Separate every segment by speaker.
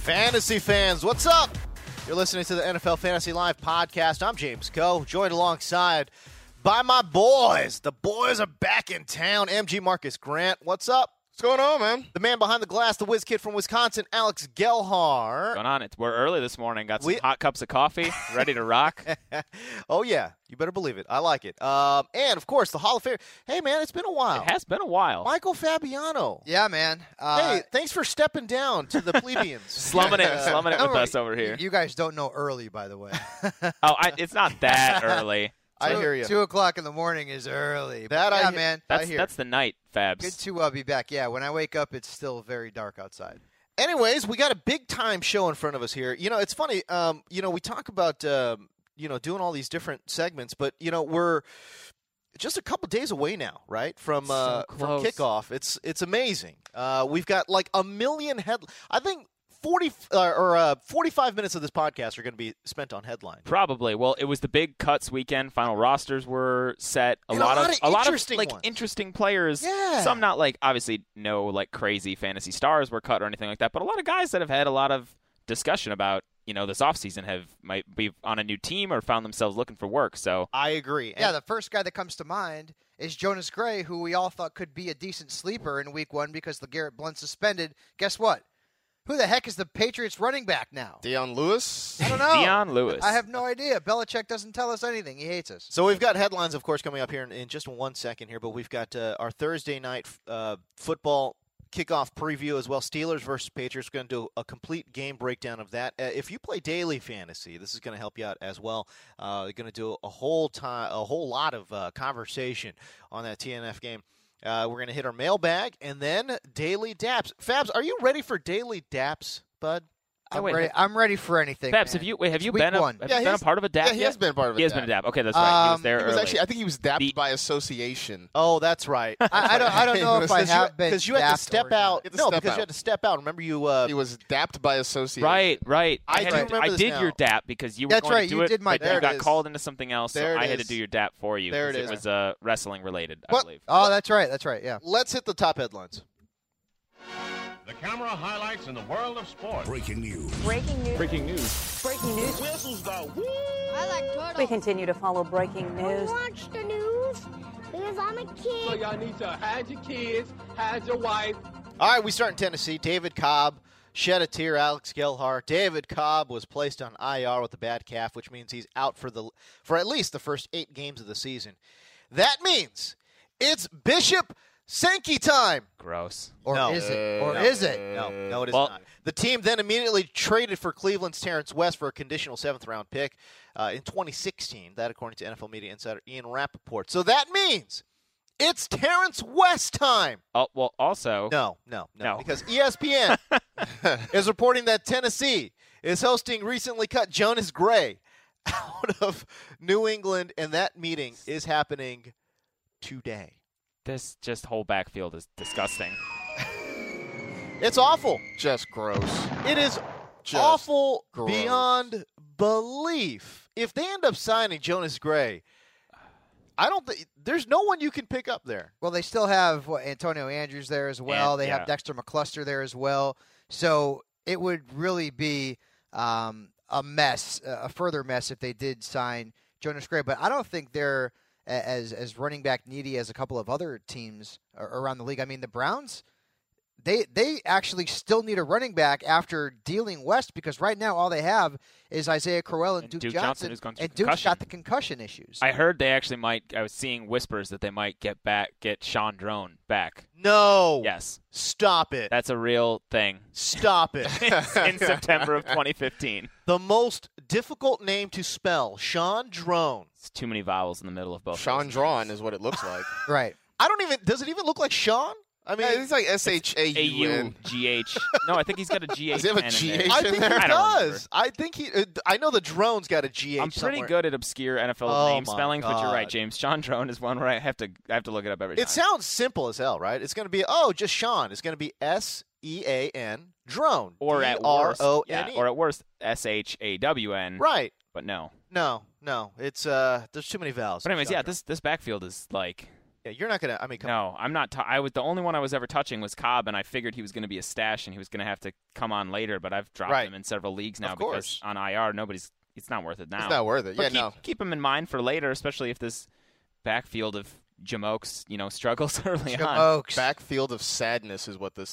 Speaker 1: Fantasy fans, what's up? You're listening to the NFL Fantasy Live podcast. I'm James Coe, joined alongside by my boys. The boys are back in town. MG Marcus Grant, what's up?
Speaker 2: What's going on, man?
Speaker 1: The man behind the glass, the whiz kid from Wisconsin, Alex Gelhar.
Speaker 2: Going on? It's, we're early this morning. Got some
Speaker 1: We-
Speaker 2: hot cups of coffee, ready to rock.
Speaker 1: oh yeah, you better believe it. I like it. Um, and of course, the Hall of Fame. Hey man, it's been a while.
Speaker 2: It has been a while.
Speaker 1: Michael Fabiano.
Speaker 3: Yeah, man. Uh,
Speaker 1: Hey, thanks for stepping down to the plebeians.
Speaker 2: Slumming it,
Speaker 3: Uh,
Speaker 2: slumming it
Speaker 3: don't
Speaker 2: with
Speaker 3: worry.
Speaker 2: us over here.
Speaker 3: You guys don't know early, by the way.
Speaker 2: oh, I, it's not that early.
Speaker 1: I
Speaker 3: Two-
Speaker 1: hear you.
Speaker 3: Two o'clock in the morning is early. but
Speaker 1: That I
Speaker 3: yeah,
Speaker 1: hear-
Speaker 3: man.
Speaker 2: That's
Speaker 3: I hear.
Speaker 2: that's the night, Fabs.
Speaker 3: Good to uh, be back. Yeah, when I wake up, it's still very dark outside.
Speaker 1: Anyways, we got a big time show in front of us here. You know, it's funny. Um, you know, we talk about um, you know doing all these different segments, but you know we're just a couple days away now, right from
Speaker 2: So
Speaker 1: uh, from
Speaker 2: close.
Speaker 1: kickoff. It's it's amazing. Uh, we've got like a million head. I think forty uh, or uh, forty five minutes of this podcast are going to be spent on headline.
Speaker 2: Probably. Well, it was the big cuts weekend. Final rosters were set. A
Speaker 1: And a
Speaker 2: lot,
Speaker 1: lot
Speaker 2: of,
Speaker 1: of
Speaker 2: a lot of
Speaker 1: interesting
Speaker 2: like
Speaker 1: ones.
Speaker 2: interesting players.
Speaker 1: Yeah.
Speaker 2: Some not like obviously no like crazy fantasy stars were cut or anything like that, but a lot of guys that have had a lot of discussion about you know this offseason have might be on a new team or found themselves looking for work. So
Speaker 1: I agree.
Speaker 3: yeah, the first guy that comes to mind is Jonas Gray, who we all thought could be a decent sleeper in Week One because LeGarrette Blunt suspended. Guess what? Who the heck is the Patriots running back now?
Speaker 1: Deion Lewis.
Speaker 3: I don't know.
Speaker 2: Deion Lewis.
Speaker 3: I have no idea. Belichick doesn't tell us anything. He hates us.
Speaker 1: So we've got headlines, of course, coming up here in, in just one second here, but we've got uh, our Thursday night uh, football kickoff preview as well. Steelers versus Patriots. We're going to do a complete game breakdown of that. Uh, if you play daily fantasy, this is going to help you out as well. Uh, we're going to do a whole time, a whole lot of uh, conversation on that TNF game. Uh, we're going to hit our mailbag and then daily daps. Fabs, are you ready for daily daps, bud?
Speaker 2: Oh,
Speaker 3: I'm,
Speaker 2: wait,
Speaker 3: ready, I'm ready for anything.
Speaker 2: Fabs, have
Speaker 3: man.
Speaker 2: you wait, have
Speaker 3: It's
Speaker 2: you
Speaker 3: week
Speaker 2: been a,
Speaker 3: one.
Speaker 2: have
Speaker 4: Yeah,
Speaker 2: you been a
Speaker 4: he's-
Speaker 2: part of a DAP?
Speaker 4: yeah, he
Speaker 2: yet?
Speaker 4: has been a part of a
Speaker 2: He has
Speaker 4: DAP.
Speaker 2: been a DAP. Okay, that's right. he was
Speaker 3: Um,
Speaker 2: there
Speaker 4: He was
Speaker 2: early.
Speaker 4: actually, I think he was dapped
Speaker 2: The-
Speaker 4: by association.
Speaker 1: Oh, that's right.
Speaker 3: I, I don't. I don't know if I
Speaker 4: Because you-
Speaker 3: have been
Speaker 1: Because you had to
Speaker 3: zapped or
Speaker 1: step
Speaker 3: not.
Speaker 1: out.
Speaker 4: You had to
Speaker 1: No,
Speaker 4: step
Speaker 1: because you
Speaker 4: out.
Speaker 1: had to step out. Remember, you uh,
Speaker 4: He was dapped by association.
Speaker 2: Right, right.
Speaker 1: I
Speaker 2: had
Speaker 1: do
Speaker 2: to-
Speaker 1: remember
Speaker 2: I
Speaker 1: this
Speaker 2: did
Speaker 1: now.
Speaker 2: your DAP because you were
Speaker 3: That's
Speaker 2: going
Speaker 3: right,
Speaker 2: to do
Speaker 3: you
Speaker 2: it,
Speaker 3: did my
Speaker 2: but
Speaker 4: There
Speaker 2: you
Speaker 4: it
Speaker 2: got
Speaker 4: is.
Speaker 2: called into something else,
Speaker 4: There
Speaker 2: so
Speaker 4: it
Speaker 2: I had to
Speaker 4: is.
Speaker 2: do your DAP for you
Speaker 4: There
Speaker 2: because it,
Speaker 4: it is.
Speaker 2: was uh, wrestling related, I
Speaker 4: What?
Speaker 2: believe.
Speaker 1: uh,
Speaker 3: Oh, that's right. That's right. Yeah.
Speaker 1: Let's hit the top headlines.
Speaker 5: The camera highlights in the world of sports.
Speaker 6: Breaking news.
Speaker 7: Breaking news.
Speaker 8: Breaking news.
Speaker 7: Breaking news.
Speaker 5: Whistles go woo.
Speaker 9: I like turtles.
Speaker 7: We continue to follow breaking news.
Speaker 9: watch the news because I'm a kid.
Speaker 1: All right, we start in Tennessee. David Cobb shed a tear. Alex Gelhart. David Cobb was placed on IR with a bad calf, which means he's out for the for at least the first eight games of the season. That means it's Bishop Sankey time.
Speaker 2: Gross.
Speaker 3: Or
Speaker 1: No.
Speaker 3: is it? Or
Speaker 1: No.
Speaker 3: is it?
Speaker 1: No, no, it is
Speaker 2: Well-
Speaker 1: not. The team then immediately traded for Cleveland's Terrence West for a conditional seventh round pick uh, in 2016. That, according to NFL media insider Ian Rappaport. So that means it's Terrence West time.
Speaker 2: Oh, well, also,
Speaker 1: No, no, no,
Speaker 2: No.
Speaker 1: Because E ESPN is reporting that Tennessee is hosting recently cut Jonas Gray out of New England, and that meeting is happening today.
Speaker 2: this just whole backfield is disgusting.
Speaker 1: It's awful.
Speaker 4: Just gross.
Speaker 1: It is
Speaker 4: Just
Speaker 1: awful
Speaker 4: gross.
Speaker 1: beyond belief. If they end up signing Jonas Gray, I don't think there's no one you can pick up there.
Speaker 3: Well, they still have what, Antonio Andrews there as well.
Speaker 2: And-
Speaker 3: they
Speaker 2: yeah.
Speaker 3: have Dexter McCluster there as well. So it would really be um, a mess, a a further mess, if they did sign Jonas Gray. But I don't think they're a- as as running back needy as a couple of other teams a- around the league. I mean, the Browns. They, they actually still need a running back after dealing West because right now all they have is Isaiah Crowell and,
Speaker 2: And Duke Johnson, who's gone through
Speaker 3: and Duke's
Speaker 2: concussion.
Speaker 3: got the concussion issues.
Speaker 2: I heard they actually might. I was seeing whispers that they might get back, get Chandrone back.
Speaker 1: No.
Speaker 2: Yes,
Speaker 1: Stop it.
Speaker 2: that's a real thing.
Speaker 1: Stop it.
Speaker 2: in September of 2015.
Speaker 1: the most difficult name to spell, Sean Drone.
Speaker 2: It's too many vowels in the middle of both.
Speaker 4: Sean
Speaker 2: those.
Speaker 4: Drawn is what it looks like.
Speaker 3: right.
Speaker 1: I don't even. Does it even look like Sean? I mean,
Speaker 4: Yeah, it's like S H A
Speaker 2: A
Speaker 4: U
Speaker 2: U
Speaker 4: N.
Speaker 2: G H. No, I think he's got a G H.
Speaker 4: Does he have a
Speaker 2: N in
Speaker 4: GH?
Speaker 2: there.
Speaker 1: I think he
Speaker 4: I
Speaker 2: don't
Speaker 1: does. I think he. uh, I know the drone's got a GH.
Speaker 2: I'm pretty
Speaker 1: somewhere.
Speaker 2: good at obscure NFL
Speaker 1: Oh
Speaker 2: name
Speaker 1: my
Speaker 2: spellings, but you're right,
Speaker 1: God.
Speaker 2: James. Chandrone is one where I have to I have to look it up every
Speaker 1: It
Speaker 2: time.
Speaker 1: sounds simple as hell, right? It's going to be oh, just Sean. It's going to be S E A N drone
Speaker 2: or at worst, yeah,
Speaker 1: D-R-O-N-E.
Speaker 2: or at worst S H A W N.
Speaker 1: E. right.
Speaker 2: But no.
Speaker 1: No, no. It's uh, there's too many vowels.
Speaker 2: But anyways, yeah,
Speaker 1: Sean Drone.
Speaker 2: this this backfield is like
Speaker 1: Yeah, you're not gonna. I mean, come
Speaker 2: no, I'm not. T- I was the only one I was ever touching was Cobb, and I figured he was going to be a stash and he was going to have to come on later. But I've dropped
Speaker 1: Right.
Speaker 2: him in several leagues now
Speaker 1: Of course.
Speaker 2: because on IR nobody's. It's not worth it now.
Speaker 4: It's not worth it.
Speaker 2: But
Speaker 4: yeah,
Speaker 2: keep,
Speaker 4: no.
Speaker 2: keep him in mind for later, especially if this backfield of Jamokes, you know, struggles early on.
Speaker 3: Oaks.
Speaker 4: Backfield of sadness is what this.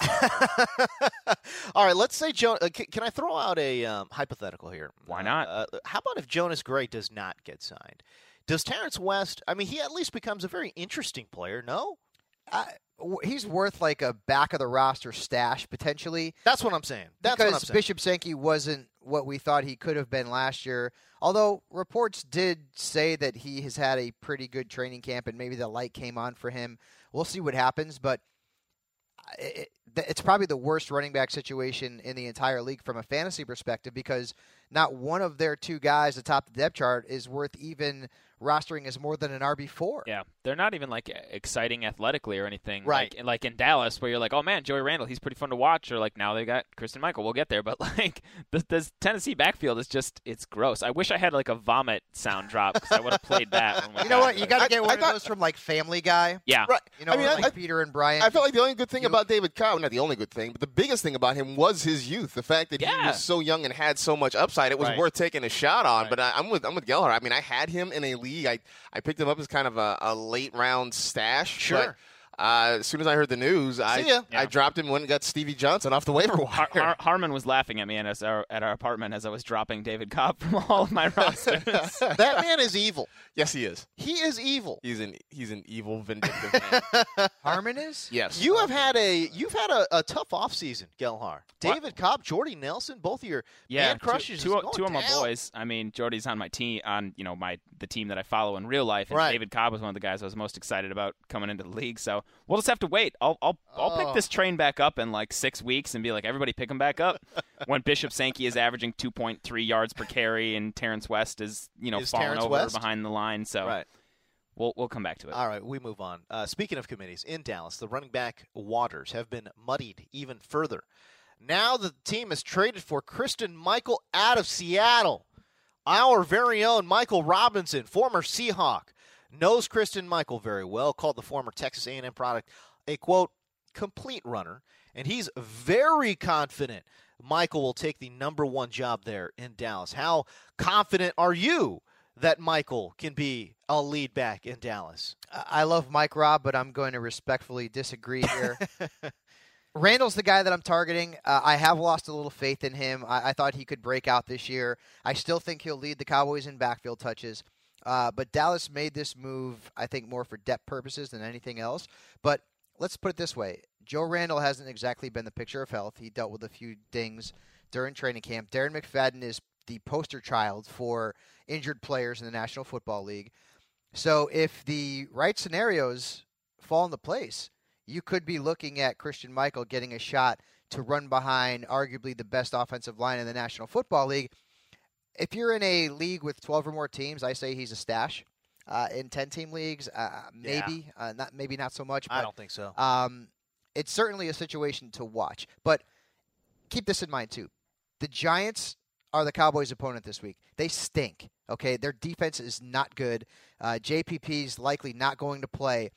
Speaker 1: All right, let's say Joan. Uh, can, can I throw out a um, hypothetical here?
Speaker 2: Why
Speaker 1: Uh,
Speaker 2: not?
Speaker 1: Uh, how about if Jonas Gray does not get signed? Does Terrence West? I mean, he at least becomes a very interesting player. No,
Speaker 3: I, w- he's worth like a back of the roster stash potentially
Speaker 1: that's what I'm saying. That's
Speaker 3: because
Speaker 1: what I'm saying.
Speaker 3: Bishop Sankey wasn't what we thought he could have been last year. Although reports did say that he has had a pretty good training camp and maybe the light came on for him. We'll see what happens, but I- it, th- it's probably the worst running back situation in the entire league from a fantasy perspective because not one of their two guys atop the depth chart is worth even rostering as more than an RB four.
Speaker 2: Yeah, they're not even like exciting athletically or anything.
Speaker 1: Right.
Speaker 2: Like, like in Dallas, where you're like, oh man, Joey Randall, he's pretty fun to watch. Or like now they got Kristen Michael. We'll get there, but like this, this Tennessee backfield is just it's gross. I wish I had like a vomit sound drop because I would have played that. When we
Speaker 3: You know what? You got
Speaker 4: I-
Speaker 3: to get
Speaker 4: I
Speaker 3: one of
Speaker 4: thought-
Speaker 3: those from like Family Guy.
Speaker 2: yeah.
Speaker 4: right.
Speaker 3: You know,
Speaker 4: I mean,
Speaker 3: or,
Speaker 4: I,
Speaker 3: like Peter and Brian.
Speaker 4: I felt like the only good thing
Speaker 3: You-
Speaker 4: about David Cobb, not the only good thing, but the biggest thing about him was his youth. The fact that he
Speaker 2: Yeah.
Speaker 4: was so young and had so much upside, it was
Speaker 1: Right.
Speaker 4: worth taking a shot on. But I, I'm with I'm with Gellhard. I mean, I had him in a league. I, I picked him up as kind of a, a late round stash.
Speaker 1: Sure.
Speaker 4: But, uh, as soon as I heard the news, I
Speaker 1: See ya.
Speaker 4: I dropped him when and got Stevie Johnson off the waiver wire.
Speaker 2: Har- Har- Harmon was laughing at me at, us, our, at our apartment as I was dropping David Cobb from all of my rosters.
Speaker 1: that man is evil.
Speaker 4: yes, he is.
Speaker 1: He is evil.
Speaker 4: He's an he's an evil, vindictive man.
Speaker 3: Harmon is?
Speaker 4: Yes.
Speaker 1: You have had a you've had a, a tough offseason, Gelhar. David Cobb, Jordy Nelson, both of your
Speaker 2: Yeah,
Speaker 1: man crushes.
Speaker 2: two,
Speaker 1: is
Speaker 2: two,
Speaker 1: going
Speaker 2: two of my
Speaker 1: down.
Speaker 2: boys. I mean, Jordy's on my team, on you know my the team that I follow in real life, and
Speaker 1: Right.
Speaker 2: David Cobb was one of the guys I was most excited about coming into the league. So we'll just have to wait. I'll I'll, I'll pick
Speaker 4: Oh.
Speaker 2: this train back up in like six weeks and be like, everybody pick him back up. when Bishop Sankey is averaging two point three yards per carry, and Terrence West is you know
Speaker 1: Is
Speaker 2: falling
Speaker 1: Terrence
Speaker 2: over
Speaker 1: West?
Speaker 2: behind the line. So
Speaker 1: Right.
Speaker 2: we'll we'll come back to it.
Speaker 1: All right, we move on. Uh, speaking of committees, in Dallas, the running back waters have been muddied even further. Now the team has traded for Kristen Michael out of Seattle. Our very own Michael Robinson, former Seahawk, knows Kristen Michael very well, called the former Texas A&M product a quote complete runner, and he's very confident Michael will take the number 1 job there in Dallas. How confident are you that Michael can be a lead back in Dallas?
Speaker 3: I I love Mike Robb, but I'm going to respectfully disagree here. Randall's the guy that I'm targeting. Uh, I have lost a little faith in him. I, I thought he could break out this year. I still think he'll lead the Cowboys in backfield touches. Uh, but Dallas made this move, I think, more for depth purposes than anything else. But let's put it this way Joe Randall hasn't exactly been the picture of health. He dealt with a few dings during training camp. Darren McFadden is the poster child for injured players in the National Football League. So if the right scenarios fall into place, you could be looking at Christian Michael getting a shot to run behind arguably the best offensive line in the National Football League. If you're in a league with 12 or more teams, I say he's a stash. Uh, in 10 team leagues, uh,
Speaker 1: Yeah.
Speaker 3: maybe uh, not maybe not so much. But
Speaker 1: I don't think so.
Speaker 3: um, it's certainly a situation to watch. But keep this in mind too: the Giants are the Cowboys' opponent this week. They stink. Okay, their defense is not good. Uh, JPP's likely not going to play.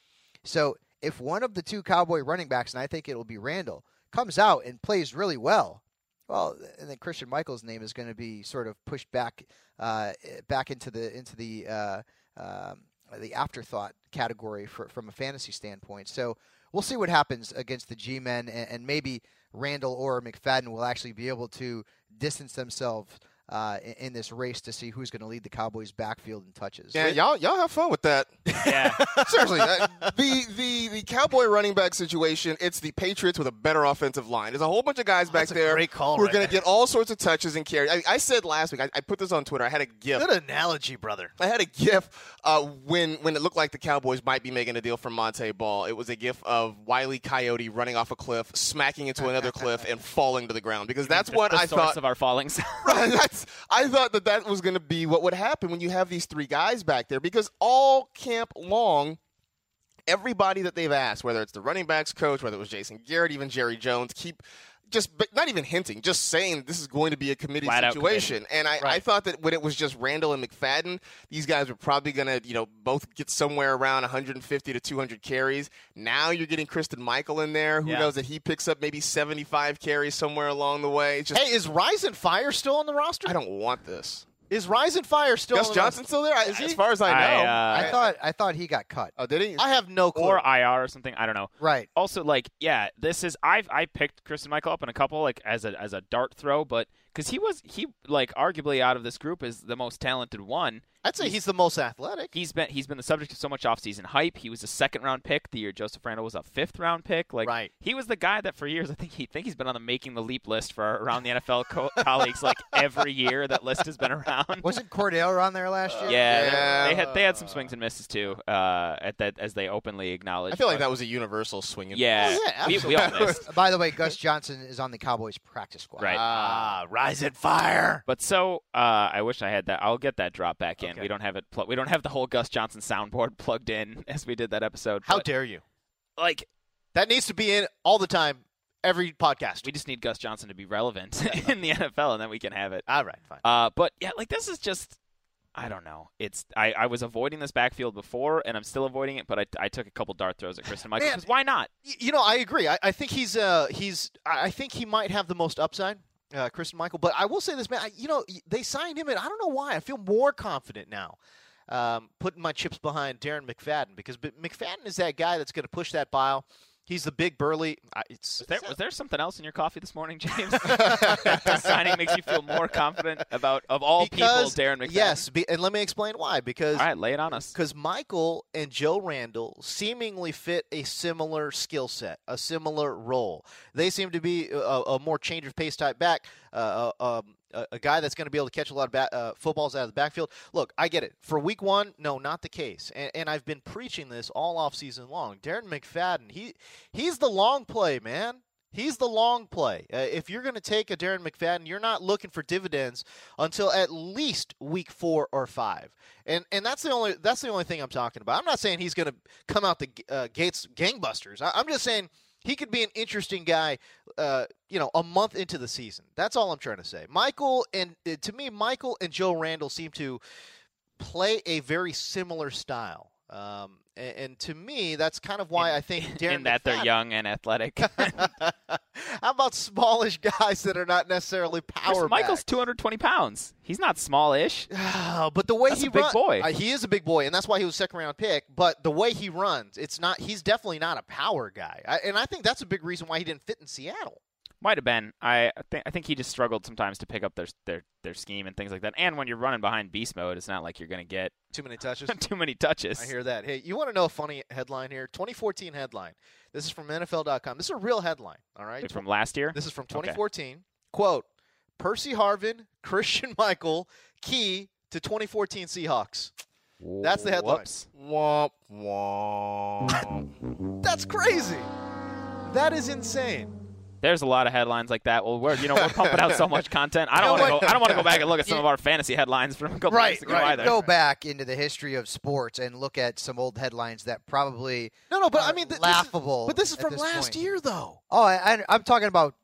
Speaker 3: So if one of the two Cowboy running backs, and I think it'll be Randall, comes out and plays really well, well, and then Christian Michael's name is going to be sort of pushed back, uh, back into the into the uh, um, the afterthought category for, from a fantasy standpoint. So we'll see what happens against the G-men, and, and maybe Randall or McFadden will actually be able to distance themselves uh, in, in this race to see who's going to lead the Cowboys' backfield in touches.
Speaker 4: Yeah, y'all, y'all have fun with that.
Speaker 2: Yeah.
Speaker 4: Seriously, uh, the the the Cowboy running back situation. It's the Patriots with a better offensive line. There's a whole bunch of guys back
Speaker 1: That's a
Speaker 4: there.
Speaker 1: great call
Speaker 4: We're
Speaker 1: right
Speaker 4: gonna
Speaker 1: there.
Speaker 4: get all sorts of touches and carries. I, I said last week. I, I put this on Twitter. I had a gift.
Speaker 1: Good analogy, brother.
Speaker 4: I had a gif uh, when when it looked like the Cowboys might be making a deal for Monte Ball. It was a gif of Wiley Coyote running off a cliff, smacking into another cliff, and falling to the ground because that's
Speaker 2: Just
Speaker 4: what
Speaker 2: the
Speaker 4: I
Speaker 2: source
Speaker 4: thought.
Speaker 2: of our falling sound.
Speaker 4: Right, that's, I thought that that was going to be what would happen when you have these three guys back there because all camp long, everybody that they've asked, whether it's the running backs coach, whether it was Jason Garrett, even Jerry Jones, keep just but not even hinting, just saying this is going to be a committee
Speaker 2: Flat out
Speaker 4: situation. And I, I
Speaker 2: Right.
Speaker 4: thought that when it was just Randall and McFadden, these guys were probably going to, you know, both get somewhere around 150 to 200 carries. Now you're getting Kristen Michael in there. Who
Speaker 2: Yeah.
Speaker 4: knows that he picks up maybe 75 carries somewhere along the way. It's just,
Speaker 1: Hey, is Rise and Fire still on the roster?
Speaker 4: I don't want this.
Speaker 1: Is Rise and Fire still
Speaker 4: Gus
Speaker 1: on the
Speaker 4: Johnson
Speaker 1: roster?
Speaker 4: still there? I-
Speaker 1: Is he?
Speaker 4: As far as I
Speaker 2: I,
Speaker 4: know.
Speaker 2: uh,
Speaker 3: I thought I thought he got cut.
Speaker 1: Uh,
Speaker 4: oh, did he?
Speaker 1: I have no clue.
Speaker 2: or IR or something. I don't know.
Speaker 3: Right.
Speaker 2: Also, like, yeah, this is I've I picked Kristen Michael up in a couple like as a as a dart throw, but because he was he like arguably out of this group is the most talented one.
Speaker 1: I'd say he's the most athletic.
Speaker 2: He's been he's been the subject of so much offseason hype. He was a second round pick the year Joseph Randall was a fifth round pick. Like
Speaker 1: Right.
Speaker 2: he was the guy that for years I think he think he's been on the making the leap list for our around the NFL co- colleagues like every year that list has been around.
Speaker 3: Wasn't Cordell on there last year?
Speaker 2: yeah,
Speaker 4: Yeah.
Speaker 2: they had they had some swings and misses too. Uh, at that as they openly acknowledged.
Speaker 4: I feel like
Speaker 2: but-
Speaker 4: that was a universal swing. and-
Speaker 2: Yeah,
Speaker 1: Oh, yeah,
Speaker 2: we, we all missed.
Speaker 3: Uh, By the way, Gus Johnson is on the Cowboys practice squad.
Speaker 2: Right.
Speaker 1: Ah, Rise and Fire.
Speaker 2: But so uh, I wish I had that. I'll get that drop back in.
Speaker 1: Okay.
Speaker 2: We don't have it. Pl- we don't have the whole Gus Johnson soundboard plugged in as we did that episode.
Speaker 1: How
Speaker 2: but,
Speaker 1: dare you?
Speaker 2: like
Speaker 1: That needs to be in all the time, every podcast.
Speaker 2: we just need Gus Johnson to be relevant in the NFL, and then we can have it.
Speaker 1: all right, fine.
Speaker 2: Uh, but yeah, like this is just. I don't know. It's I, I was avoiding this backfield before, and I'm still avoiding it. But I, I took a couple dart throws at Kristen Michael
Speaker 1: Man.
Speaker 2: because why not?
Speaker 1: Y- you know, I agree. I, I think he's uh he's I I think he might have the most upside, uh, Kristen Michael. But I will say this, man. I, you know, y- they signed him, and I don't know why. I feel more confident now, um, putting my chips behind Darren McFadden because B- McFadden is that guy that's going to push that pile. He's the big burly. I, it's
Speaker 2: Was there, was there something else in your coffee this morning, James? That signing makes you feel more confident about of all
Speaker 1: because,
Speaker 2: people, Darren McFadden.
Speaker 1: Yes, be, and let me explain why. Because
Speaker 2: All right, lay it on us.
Speaker 1: because Michael and Joe Randall seemingly fit a similar skill set, a similar role. They seem to be a, a more change of pace type back, uh, uh, um, a, a guy that's going to be able to catch a lot of ba- uh, footballs out of the backfield. Look, I get it. For week one, no, not the case. And, and I've been preaching this all offseason long. Darren McFadden, he he's the long play, man. He's the long play. Uh, if you're going to take a Darren McFadden, you're not looking for dividends until at least week four or five, and and that's the only that's the only thing I'm talking about. I'm not saying he's going to come out the g- uh, gates gangbusters. I, I'm just saying he could be an interesting guy. Uh, you know, a month into the season. That's all I'm trying to say. Michael and uh, to me, Michael and Joe Randall seem to play a very similar style. Um, a- and, to me, that's kind of why
Speaker 2: In-
Speaker 1: I think Darren
Speaker 2: in that they're
Speaker 1: McFadden-
Speaker 2: young and athletic.
Speaker 1: How about smallish guys that are not necessarily power?
Speaker 2: Chris Michael's
Speaker 1: back?
Speaker 2: 220 pounds. He's not smallish.
Speaker 1: Ah, but the way
Speaker 2: That's
Speaker 1: he
Speaker 2: a big
Speaker 1: run-
Speaker 2: boy.
Speaker 1: Uh, he is a big boy, and that's why he was second round pick. But the way he runs, it's not. He's definitely not a power guy, I, and I think that's a big reason why he didn't fit in Seattle.
Speaker 2: Might have been. I think. I think he just struggled sometimes to pick up their their their scheme and things like that. And when you're running behind beast mode, it's not like you're going to get
Speaker 1: Too many touches.
Speaker 2: too many touches.
Speaker 1: I hear that. Hey, you want to know a funny headline here? 2014 headline. This is from NFL.com. This is a real headline. All right.
Speaker 2: Like from last year.
Speaker 1: This is from 2014. Quote: Percy Harvin, Christian Michael, key to 2014 Seahawks. That's the headline.
Speaker 2: Whoops.
Speaker 4: Womp, womp.
Speaker 1: That's crazy. That is insane.
Speaker 2: There's a lot of headlines like that. Well, we're you know we're pumping out so much content. I don't
Speaker 1: You know
Speaker 2: want to
Speaker 1: what?
Speaker 2: go. I don't want to go back and look at some of our fantasy headlines from a couple
Speaker 1: Right,
Speaker 2: weeks ago
Speaker 1: right.
Speaker 2: either.
Speaker 3: Go back into the history of sports and look at some old headlines that probably
Speaker 1: No, no, but
Speaker 3: are
Speaker 1: I mean, th- this is-
Speaker 3: laughable.
Speaker 1: but this is
Speaker 3: at
Speaker 1: from last
Speaker 3: point.
Speaker 1: year, though.
Speaker 3: Oh, I, I, I'm talking about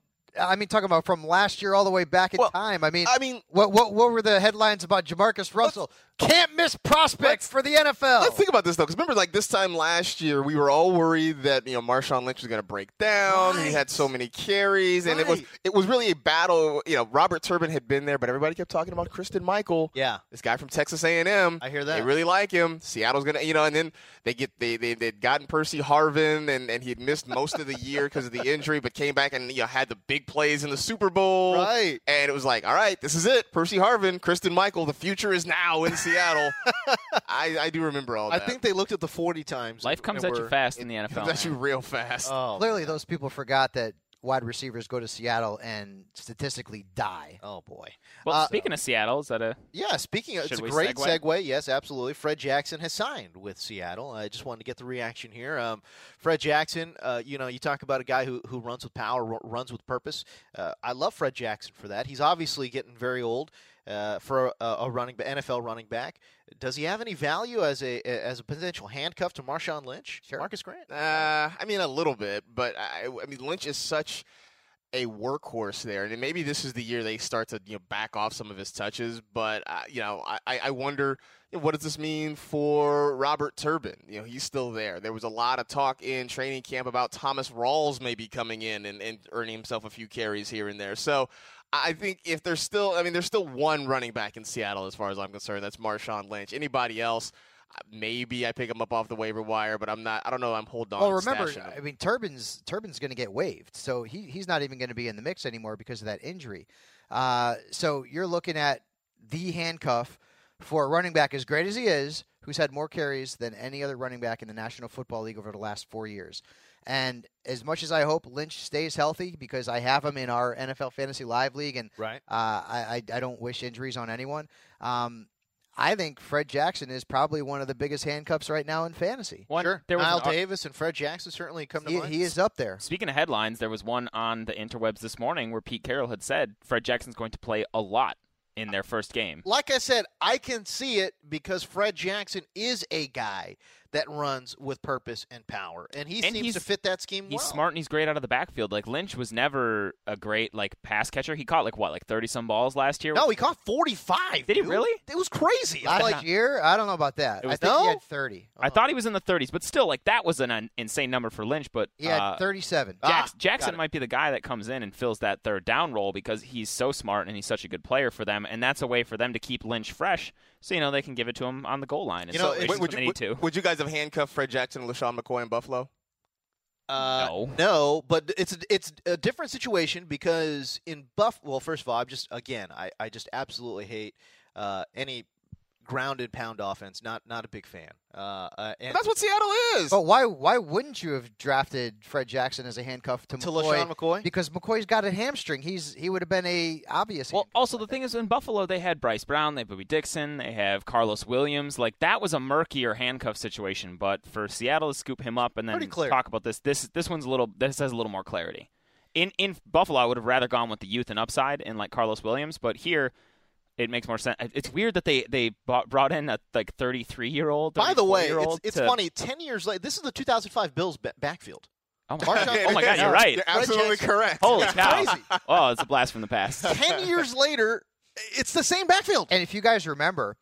Speaker 3: I mean, talking about from last year all the way back in
Speaker 4: Well,
Speaker 3: time. I mean,
Speaker 4: I mean-
Speaker 3: what what what were the headlines about Jamarcus Russell? Can't miss prospect
Speaker 4: let's-
Speaker 3: for the NFL.
Speaker 4: Let's think about this though, because remember, like this time last year, we were all worried that you know Marshawn Lynch was going to break down. He had so many carries, and it was
Speaker 1: Right.
Speaker 4: it was really a battle. You know, Robert Turbin had been there, but everybody kept talking about Kristen Michael.
Speaker 1: Yeah.
Speaker 4: this guy from Texas A and M.
Speaker 1: I hear
Speaker 4: They
Speaker 1: that.
Speaker 4: really like him. Seattle's gonna, you know, and then they get they they they'd gotten Percy Harvin, and and he'd missed most of the year because of the injury, but came back and you know had the big plays in the Super Bowl.
Speaker 1: Right.
Speaker 4: And it was like, all right, this is it. Percy Harvin, Kristen Michael, the future is now in Seattle. I, I do remember all
Speaker 1: I
Speaker 4: that.
Speaker 1: think they looked at the 40 times.
Speaker 2: Life
Speaker 1: and
Speaker 2: comes at you
Speaker 1: were-
Speaker 2: fast in the
Speaker 4: It
Speaker 2: NFL.
Speaker 4: comes at you
Speaker 2: man.
Speaker 4: real fast.
Speaker 1: Oh,
Speaker 3: Clearly,
Speaker 1: man.
Speaker 3: those people forgot that wide receivers go to Seattle and statistically die.
Speaker 1: Oh boy.
Speaker 2: Well,
Speaker 1: Uh,
Speaker 2: speaking of Seattle, is that a
Speaker 1: Yeah, speaking of, it's
Speaker 2: Should
Speaker 1: a
Speaker 2: we
Speaker 1: great
Speaker 2: segue?
Speaker 1: segue? Yes, absolutely. Fred Jackson has signed with Seattle. I just wanted to get the reaction here. Um, Fred Jackson, uh, you know, you talk about a guy who, who runs with power, ru- runs with purpose. Uh, I love Fred Jackson for that. He's obviously getting very old uh, for a, a running ba- NFL running back. Does he have any value as a as a potential handcuff to Marshawn Lynch,
Speaker 3: Sure.
Speaker 1: Marcus Grant?
Speaker 4: Uh, I mean, a little bit, but I, I mean, Lynch is such a workhorse there, and maybe this is the year they start to you know back off some of his touches. But uh, you know, I- I, I wonder you know, what does this mean for Robert Turbin? You know, he's still there. There was a lot of talk in training camp about Thomas Rawls maybe coming in and, and earning himself a few carries here and there. So. I I think if there's still, I mean, there's still one running back in Seattle, as far as I'm concerned. That's Marshawn Lynch. Anybody else, uh, maybe I pick him up off the waiver wire, but I'm not. I don't know. I'm holding on.
Speaker 3: Well,
Speaker 4: and
Speaker 3: remember,
Speaker 4: stashing him.
Speaker 3: I mean, Turbin's Turbin's going to get waived, so he he's not even going to be in the mix anymore because of that injury. Uh, so you're looking at the handcuff for a running back as great as he is, who's had more carries than any other running back in the National Football League over the last four years. And as much as I hope Lynch stays healthy, because I have him in our NFL Fantasy Live League, and
Speaker 1: Right.
Speaker 3: uh, I, I I don't wish injuries on anyone. Um, I think Fred Jackson is probably one of the biggest handcuffs right now in fantasy.
Speaker 2: one?
Speaker 1: sure.
Speaker 2: There was
Speaker 1: Niall
Speaker 2: an ar-
Speaker 1: Davis and Fred Jackson certainly come to
Speaker 3: He,
Speaker 1: mind.
Speaker 3: he is up there.
Speaker 2: Speaking of headlines, there was one on the interwebs this morning where Pete Carroll had said Fred Jackson's going to play a lot in their first game.
Speaker 1: like I said, I can see it because Fred Jackson is a guy that runs with purpose and power, and he
Speaker 2: And
Speaker 1: seems
Speaker 2: he's-
Speaker 1: to fit that scheme
Speaker 2: He's
Speaker 1: well.
Speaker 2: smart and he's great out of the backfield. Like Lynch was never a great like pass catcher. He caught like what, like thirty some balls last year.
Speaker 1: No, he caught 45.
Speaker 2: Did he
Speaker 1: dude.
Speaker 2: really?
Speaker 1: It was crazy. It's
Speaker 3: Last
Speaker 1: like,
Speaker 3: year, I don't know about that.
Speaker 2: It
Speaker 3: I
Speaker 2: was-
Speaker 3: think he
Speaker 1: No?
Speaker 3: had 30.
Speaker 1: Uh-huh.
Speaker 2: I thought he was in the 30s, but still, like that was an, un insane number for Lynch. But
Speaker 3: He had
Speaker 2: uh,
Speaker 3: 37.
Speaker 1: Ah,
Speaker 2: Jackson,
Speaker 1: got
Speaker 2: Jackson
Speaker 1: it.
Speaker 2: might be the guy that comes in and fills that third down role because he's so smart and he's such a good player for them, and that's a way for them to keep Lynch fresh, so you know they can give it to him on the goal line. in
Speaker 1: You know,
Speaker 2: situations
Speaker 1: it's-
Speaker 4: Wait, would,
Speaker 2: when
Speaker 4: you, would,
Speaker 2: they need to.
Speaker 4: would you guys have handcuffed Fred Jackson and LaShawn McCoy in Buffalo?
Speaker 1: uh,
Speaker 2: No.
Speaker 1: no, but it's a, it's a different situation because in Buff, well, first of all, I'm just again, I, I just absolutely hate uh, any grounded pound offense. Not not a big fan. Uh, uh, and
Speaker 4: That's what Seattle is.
Speaker 3: But why why wouldn't you have drafted Fred Jackson as a handcuff to,
Speaker 1: to
Speaker 3: McCoy?
Speaker 1: LaShawn McCoy.
Speaker 3: Because McCoy's got a hamstring. He's he would have been a obvious.
Speaker 2: Well,
Speaker 3: handcuff.
Speaker 2: also the thing is, in Buffalo they had Bryce Brown, they have Bobby Dixon, they have Carlos Williams. Like that was a murkier handcuff situation, but for Seattle to scoop him up and then
Speaker 1: Pretty clear.
Speaker 2: talk about this, this this one's a little this has a little more clarity. In in Buffalo, I would have rather gone with the youth and upside and like Carlos Williams, but here it makes more sense. It's weird that they they bought, brought in a like 33 year old.
Speaker 1: By the way, it's, it's funny. Ten years later, this is the 2005 Bills ba- backfield.
Speaker 2: Oh my,
Speaker 1: Marshawn-
Speaker 2: God. oh my God, you're right.
Speaker 4: You're absolutely
Speaker 1: Jackson.
Speaker 4: correct.
Speaker 2: Holy cow! Oh, it's a blast from the past.
Speaker 1: Ten years later, it's the same backfield.
Speaker 3: and if you guys remember,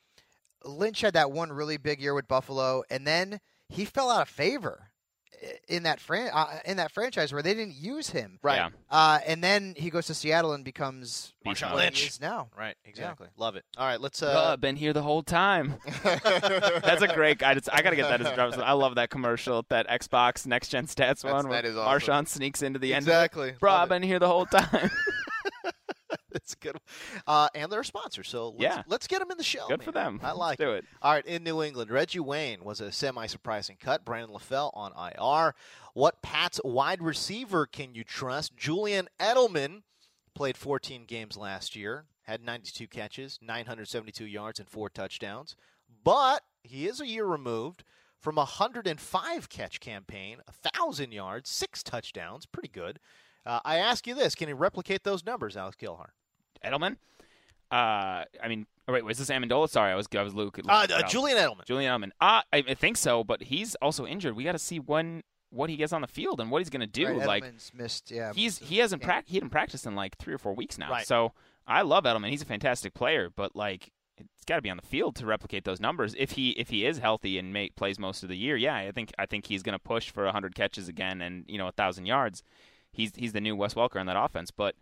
Speaker 3: Lynch had that one really big year with Buffalo, and then he fell out of favor i- in that fran- uh, in that franchise where they didn't use him.
Speaker 1: Right.
Speaker 2: Yeah.
Speaker 3: Uh, and then he goes to Seattle and becomes
Speaker 2: Marshawn
Speaker 3: what he
Speaker 1: Lynch.
Speaker 3: is now.
Speaker 1: Right, exactly. Love it. All right, let's.
Speaker 2: Uh,
Speaker 1: Uh,
Speaker 2: been here the whole time. That's a great guy. It's- I gotta get that as a drop. I love that commercial, that Xbox Next Gen Stats
Speaker 4: That's-
Speaker 2: one. where
Speaker 4: that is awesome.
Speaker 2: Marshawn sneaks into the end.
Speaker 1: exactly.
Speaker 2: Bro,
Speaker 1: Love
Speaker 2: I've been here the whole time.
Speaker 1: it. It's a good. one. Uh, and they're a sponsor, so let's,
Speaker 2: Yeah.
Speaker 1: let's get them in the show.
Speaker 2: Good for
Speaker 1: man.
Speaker 2: them.
Speaker 1: I like
Speaker 2: Do it.
Speaker 1: All right, in New England, Reggie Wayne was a semi-surprising cut. Brandon LaFell on IR. What Pat's wide receiver can you trust? Julian Edelman played 14 games last year, had 92 catches, 972 yards, and four touchdowns. But he is a year removed from a 105 catch campaign, 1,000 yards, six touchdowns. Pretty good. Uh, I ask you this: Can he replicate those numbers, Alex Gilhart?
Speaker 2: Edelman. Uh, I mean, oh, wait, was this Amendola? Sorry, I was I was Luke.
Speaker 1: Uh, uh, Julian Edelman.
Speaker 2: Julian Edelman. Uh, I, I think so, but he's also injured. We got to see when what he gets on the field and what he's going to do.
Speaker 3: Right,
Speaker 2: like
Speaker 3: Edelman's missed. Yeah,
Speaker 2: he's
Speaker 3: most of
Speaker 2: he
Speaker 3: the
Speaker 2: hasn't
Speaker 3: game.
Speaker 2: prac he hadn't practiced in like three or four weeks now.
Speaker 1: Right.
Speaker 2: So I love Edelman. He's a fantastic player, but like it's got to be on the field to replicate those numbers. If he if he is healthy and may, plays most of the year, yeah, I think I think he's going to push for 100 catches again and you know 1000 yards. He's he's the new Wes Welker in that offense, but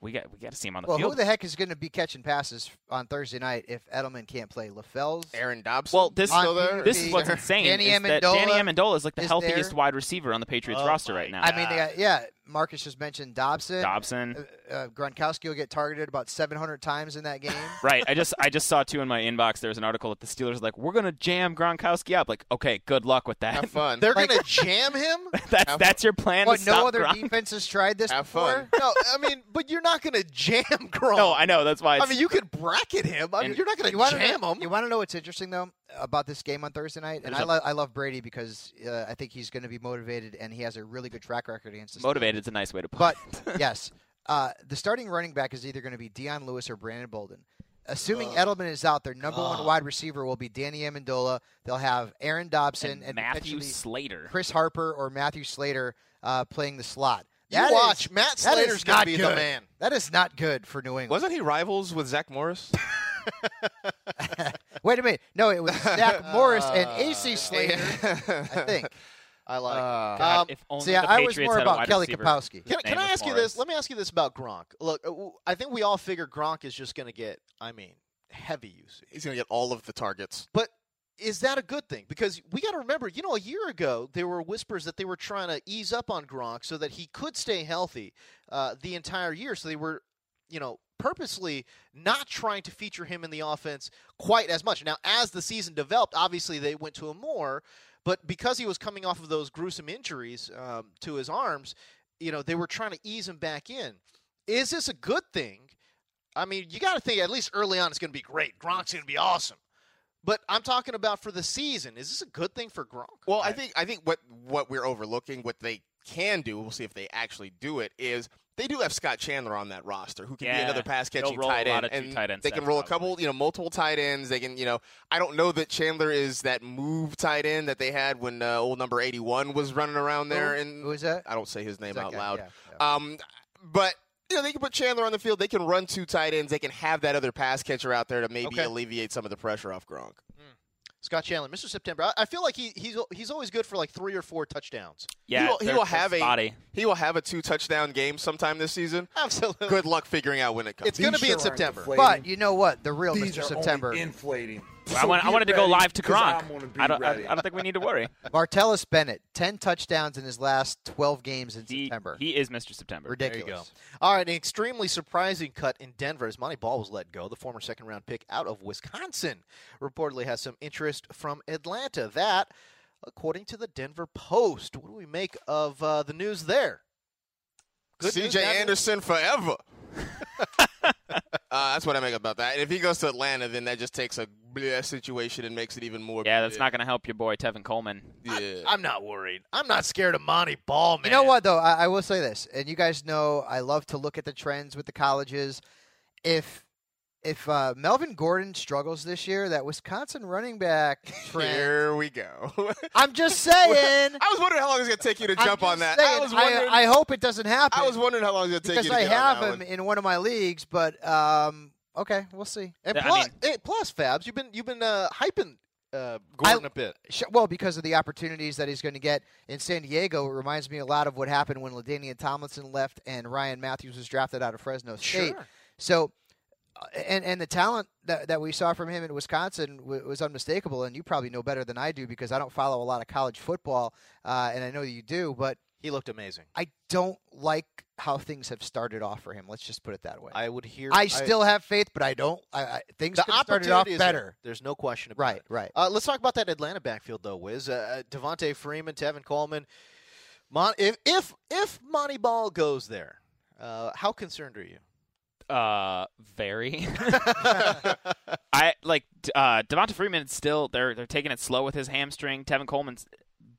Speaker 2: we got we got to see him on the
Speaker 3: Well,
Speaker 2: field.
Speaker 3: who the heck is going to be catching passes on Thursday night if Edelman can't play? LaFell's
Speaker 4: Aaron Dobson.
Speaker 2: well, this
Speaker 4: still there.
Speaker 2: this is what's
Speaker 3: Sure.
Speaker 2: insane.
Speaker 3: Danny
Speaker 2: is that Danny
Speaker 3: Amendola
Speaker 2: Amendola is like the
Speaker 3: is
Speaker 2: healthiest
Speaker 3: there.
Speaker 2: wide receiver on the Patriots
Speaker 1: Oh
Speaker 2: roster
Speaker 1: my
Speaker 2: right now.
Speaker 3: I mean, they got, yeah, Marcus just mentioned Dobson.
Speaker 2: Dobson,
Speaker 3: Uh, uh, Gronkowski will get targeted about 700 times in that game.
Speaker 2: right? I just I just saw two in my inbox. There was an article that the Steelers like we're gonna jam Gronkowski up. Like, okay, good luck with that.
Speaker 4: Have fun.
Speaker 1: They're gonna jam him.
Speaker 2: that's
Speaker 4: Have-
Speaker 2: that's your plan.
Speaker 3: what?
Speaker 2: to
Speaker 3: No
Speaker 2: stop
Speaker 3: other
Speaker 2: Gronk?
Speaker 3: defense has tried this
Speaker 4: Have
Speaker 3: before.
Speaker 4: fun.
Speaker 1: No, I mean, but you're not gonna jam Gronk.
Speaker 2: No, I know that's why.
Speaker 1: I
Speaker 2: It's,
Speaker 1: mean, you could bracket him. I mean,
Speaker 2: And-
Speaker 1: you're not gonna
Speaker 3: You want to
Speaker 1: jam
Speaker 3: know,
Speaker 1: him.
Speaker 3: you wanna know what's interesting though about this game on Thursday night, and
Speaker 2: There's
Speaker 3: I,
Speaker 2: a-
Speaker 3: lo- I love Brady because uh, I think he's going to be motivated, and he has a really good track record against this. team.
Speaker 2: motivated is a nice way to put
Speaker 3: But
Speaker 2: it.
Speaker 3: yes, uh, the starting running back is either going to be Deion Lewis or Brandon Bolden. Assuming Edelman is out, their number one wide receiver will be Danny Amendola. They'll have Aaron Dobson and,
Speaker 2: and Matthew
Speaker 3: potentially
Speaker 2: Slater.
Speaker 3: Chris Harper or Matthew Slater uh, playing the slot.
Speaker 1: You
Speaker 3: That is-
Speaker 1: watch, Matt
Speaker 3: that is
Speaker 1: Slater's gonna
Speaker 3: not
Speaker 1: be the
Speaker 3: good.
Speaker 1: man.
Speaker 3: That is not good for New England.
Speaker 4: Wasn't he rivals with Zach Morris?
Speaker 3: Wait a minute. No, it was Zach Morris and AC Slater, I think.
Speaker 1: I like.
Speaker 2: God,
Speaker 1: um,
Speaker 2: if only
Speaker 3: See,
Speaker 2: the
Speaker 3: I was
Speaker 2: Patriots
Speaker 3: more
Speaker 2: had a
Speaker 3: about
Speaker 2: wide
Speaker 3: Kelly
Speaker 2: receiver.
Speaker 3: Kapowski.
Speaker 1: Can,
Speaker 2: name
Speaker 1: can I
Speaker 2: was
Speaker 1: ask you
Speaker 2: Morris.
Speaker 1: this? Let me ask you this about Gronk. Look, uh, w- I think we all figure Gronk is just going to get, I mean, heavy usage.
Speaker 4: He's gonna get all of the targets.
Speaker 1: But is that a good thing? Because we got to remember, you know, a year ago there were whispers that they were trying to ease up on Gronk so that he could stay healthy uh, the entire year. So they were, you know, purposely not trying to feature him in the offense quite as much. Now, as the season developed, obviously they went to him more, but because he was coming off of those gruesome injuries um, to his arms, you know, they were trying to ease him back in. Is this a good thing? I mean, you got to think at least early on it's going to be great. Gronk's going to be awesome. But I'm talking about for the season. Is this a good thing for Gronk?
Speaker 4: Well, I think I think what what we're overlooking, what they can do, we'll see if they actually do it, is they do have Scott Chandler on that roster who can be
Speaker 2: Yeah.
Speaker 4: another pass catching
Speaker 2: They'll roll a
Speaker 4: tight end.
Speaker 2: lot of two
Speaker 4: and
Speaker 2: tight end
Speaker 4: they can
Speaker 2: sets,
Speaker 4: roll a
Speaker 2: probably.
Speaker 4: couple, you know, multiple tight ends. They can, you know, I don't know that Chandler is that move tight end that they had when uh, old number eighty one was running around there. And
Speaker 3: Who is that?
Speaker 4: I don't say his name
Speaker 3: That
Speaker 4: out
Speaker 3: guy,
Speaker 4: loud.
Speaker 3: yeah, yeah.
Speaker 4: Um, but you know they can put Chandler on the field. They can run two tight ends. They can have that other pass catcher out there to maybe
Speaker 1: Okay.
Speaker 4: alleviate some of the pressure off Gronk.
Speaker 1: Scott Chandler, Mr. September. I, I feel like he, he's he's always good for like three or four touchdowns.
Speaker 2: Yeah,
Speaker 4: he will, he
Speaker 2: they're-
Speaker 4: will
Speaker 2: they're
Speaker 4: have a
Speaker 2: spotty.
Speaker 4: he will have a two touchdown game sometime this season.
Speaker 1: Absolutely.
Speaker 4: Good luck figuring out when it comes.
Speaker 1: It's going to be in September.
Speaker 3: But you know what? The real Mr. Oh, September.
Speaker 5: inflating.
Speaker 2: I, want, I wanted to go live to Gronk. I don't, I, I don't think we need to worry.
Speaker 3: Martellus Bennett, 10 touchdowns in his last 12 games in
Speaker 2: He,
Speaker 3: September.
Speaker 2: he is Mr. September.
Speaker 3: Ridiculous.
Speaker 1: All right, an extremely surprising cut in Denver as Monty Ball was let go. The former second round pick out of Wisconsin reportedly has some interest from Atlanta. That, according to the Denver Post. What do we make of uh, the news there? Good news,
Speaker 4: C.J.
Speaker 1: bad news?
Speaker 4: Anderson forever. uh, that's what I make about that. And if he goes to Atlanta, then that just takes a bleh situation and makes it even more.
Speaker 2: Yeah, that's not going to help your boy Tevin Coleman.
Speaker 4: Yeah.
Speaker 1: I'm not worried. I'm not scared of Monty
Speaker 4: Oh,
Speaker 1: Ball, man.
Speaker 3: You know what, though? I, I will say this, and you guys know I love to look at the trends with the colleges. If if uh, Melvin Gordon struggles this year, that Wisconsin running back trend.
Speaker 4: Here we go.
Speaker 3: I'm just saying.
Speaker 4: I was wondering how long it's going to take you to
Speaker 3: I'm
Speaker 4: jump on
Speaker 3: just
Speaker 4: that.
Speaker 3: saying,
Speaker 4: I was wondering.
Speaker 3: I, hope it doesn't happen.
Speaker 4: I was wondering how long it's going to take
Speaker 3: because
Speaker 4: you to
Speaker 3: I
Speaker 4: get on
Speaker 3: have
Speaker 4: that
Speaker 3: him
Speaker 4: one.
Speaker 3: in one of my leagues, but um, okay, we'll see.
Speaker 1: And
Speaker 2: Yeah, I
Speaker 1: plus,
Speaker 2: mean-
Speaker 1: hey, plus, Fabs, you've been you've been uh, hyping uh, Gordon a bit.
Speaker 3: Sh- Well, because of the opportunities that he's going to get in San Diego, it reminds me a lot of what happened when Ladainian Tomlinson left and Ryan Matthews was drafted out of Fresno State. So, uh, and and the talent that, that we saw from him in Wisconsin w- was unmistakable. And you probably know better than I do because I don't follow a lot of college football, uh, and I know you do. But
Speaker 1: He looked amazing.
Speaker 3: I don't like how things have started off for him. Let's just put it that way. I,
Speaker 1: I would hear.
Speaker 3: still have faith, but I don't. I, I things
Speaker 1: the
Speaker 3: could have started off
Speaker 1: opportunity is
Speaker 3: better.
Speaker 1: there. There's no question about
Speaker 3: Right,
Speaker 1: it.
Speaker 3: right.
Speaker 1: Uh, let's talk about that Atlanta backfield though, Wiz. Uh, uh, Devontae Freeman, Tevin Coleman. Mon- if if if Monty Ball goes there, uh, how concerned are you?
Speaker 2: Uh, very. I like d- uh, Devonta Freeman. is Still, they're they're taking it slow with his hamstring. Tevin Coleman's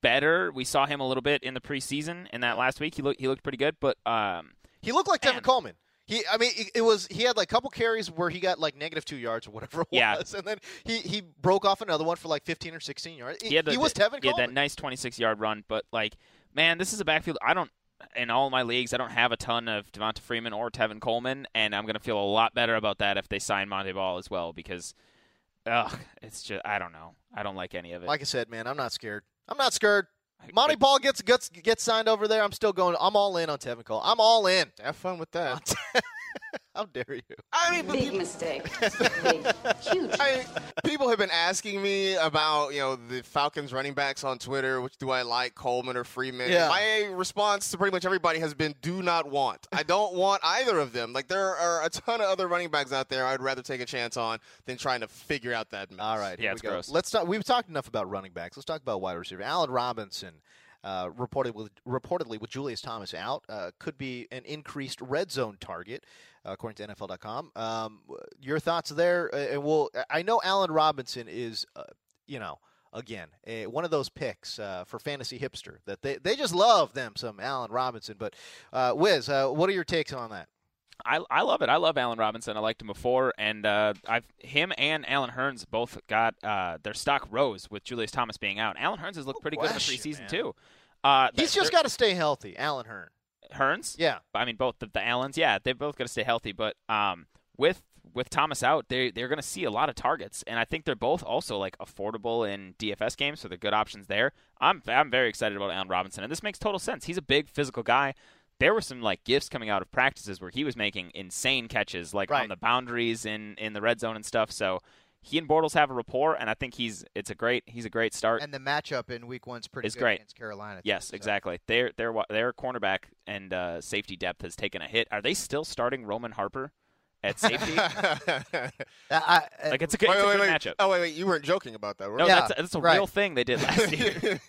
Speaker 2: better. We saw him a little bit in the preseason. In that last week, he looked he looked pretty good. But um,
Speaker 1: He looked like
Speaker 2: Man.
Speaker 1: Tevin Coleman. He, I mean, it, it was he had like a couple carries where he got like negative two yards or whatever it
Speaker 2: Yeah.
Speaker 1: was, and then he, he broke off another one for like 15 or 16 yards. He,
Speaker 2: he had the,
Speaker 1: was
Speaker 2: the-
Speaker 1: Tevin
Speaker 2: he had
Speaker 1: Coleman.
Speaker 2: that nice 26 yard run. But like man, this is a backfield. I don't in all my leagues, I don't have a ton of Devonta Freeman or Tevin Coleman, and I'm gonna feel a lot better about that if they sign Monte Ball as well because, ugh, it's just I don't know. I don't like any of it.
Speaker 1: Like I said, man, I'm not scared. I'm not scared.
Speaker 2: I-
Speaker 1: Monty
Speaker 2: I-
Speaker 1: Ball gets gets gets signed over there. I'm still going. I'm all in on Tevin Cole. I'm all in.
Speaker 4: Have fun with that.
Speaker 1: How dare you?
Speaker 4: I mean, but
Speaker 7: Big mistake. Big, huge.
Speaker 4: I, people have been asking me about you know the Falcons running backs on Twitter. Which do I like, Coleman or Freeman?
Speaker 1: Yeah.
Speaker 4: My response to pretty much everybody has been, "Do not want." I don't want either of them. Like there are a ton of other running backs out there. I'd rather take a chance on than trying to figure out that. Mess.
Speaker 1: All right, here
Speaker 2: Yeah,
Speaker 1: we
Speaker 2: it's
Speaker 1: go.
Speaker 2: gross.
Speaker 1: Let's talk. We've talked enough about running backs. Let's talk about wide receiver. Allen Robinson, uh, reported with reportedly with Julius Thomas out, uh, could be an increased red zone target, uh, according to NFL.com. Um, w- your thoughts there? Uh, and we'll. I know Allen Robinson is, uh, you know, again eh, one of those picks uh, for fantasy hipster that they they just love them some Allen Robinson. But uh, Wiz, uh, what are your takes on that?
Speaker 2: I, I love it. I love Allen Robinson. I liked him before, and uh, I've him and Alan Hearns both got uh, their stock rose with Julius Thomas being out. Alan Hearns has looked pretty good in the
Speaker 1: bless you,
Speaker 2: preseason
Speaker 1: man.
Speaker 2: too. Uh,
Speaker 1: He's
Speaker 2: they're-
Speaker 1: just got to stay healthy, Allen Hearn.
Speaker 2: Hearns.
Speaker 1: Yeah.
Speaker 2: I mean both the, the Allens, yeah, they both got to stay healthy. But um, with with Thomas out, they they're going to see a lot of targets, and I think they're both also like affordable in DFS games, so they're good options there. I'm I'm very excited about Allen Robinson, and this makes total sense. He's a big physical guy. There were some like gifts coming out of practices where he was making insane catches, like
Speaker 1: Right.
Speaker 2: on the boundaries in in the red zone and stuff. So he and Bortles have a rapport, and I think he's it's a great he's a great start.
Speaker 3: And the matchup in Week One's pretty
Speaker 2: It's
Speaker 3: good
Speaker 2: great.
Speaker 3: against Carolina. too,
Speaker 2: Yes,
Speaker 3: so.
Speaker 2: exactly. Their their wi- their cornerback and uh, safety depth has taken a hit. Are they still starting Roman Harper at safety?
Speaker 3: Uh, I- uh,
Speaker 2: like it's a good, it's a
Speaker 4: wait,
Speaker 2: good
Speaker 4: wait,
Speaker 2: matchup.
Speaker 4: Oh wait, wait, you weren't joking about that, were
Speaker 2: no,
Speaker 4: you?
Speaker 3: Yeah,
Speaker 2: that's, that's a
Speaker 3: right.
Speaker 2: real thing they did last year.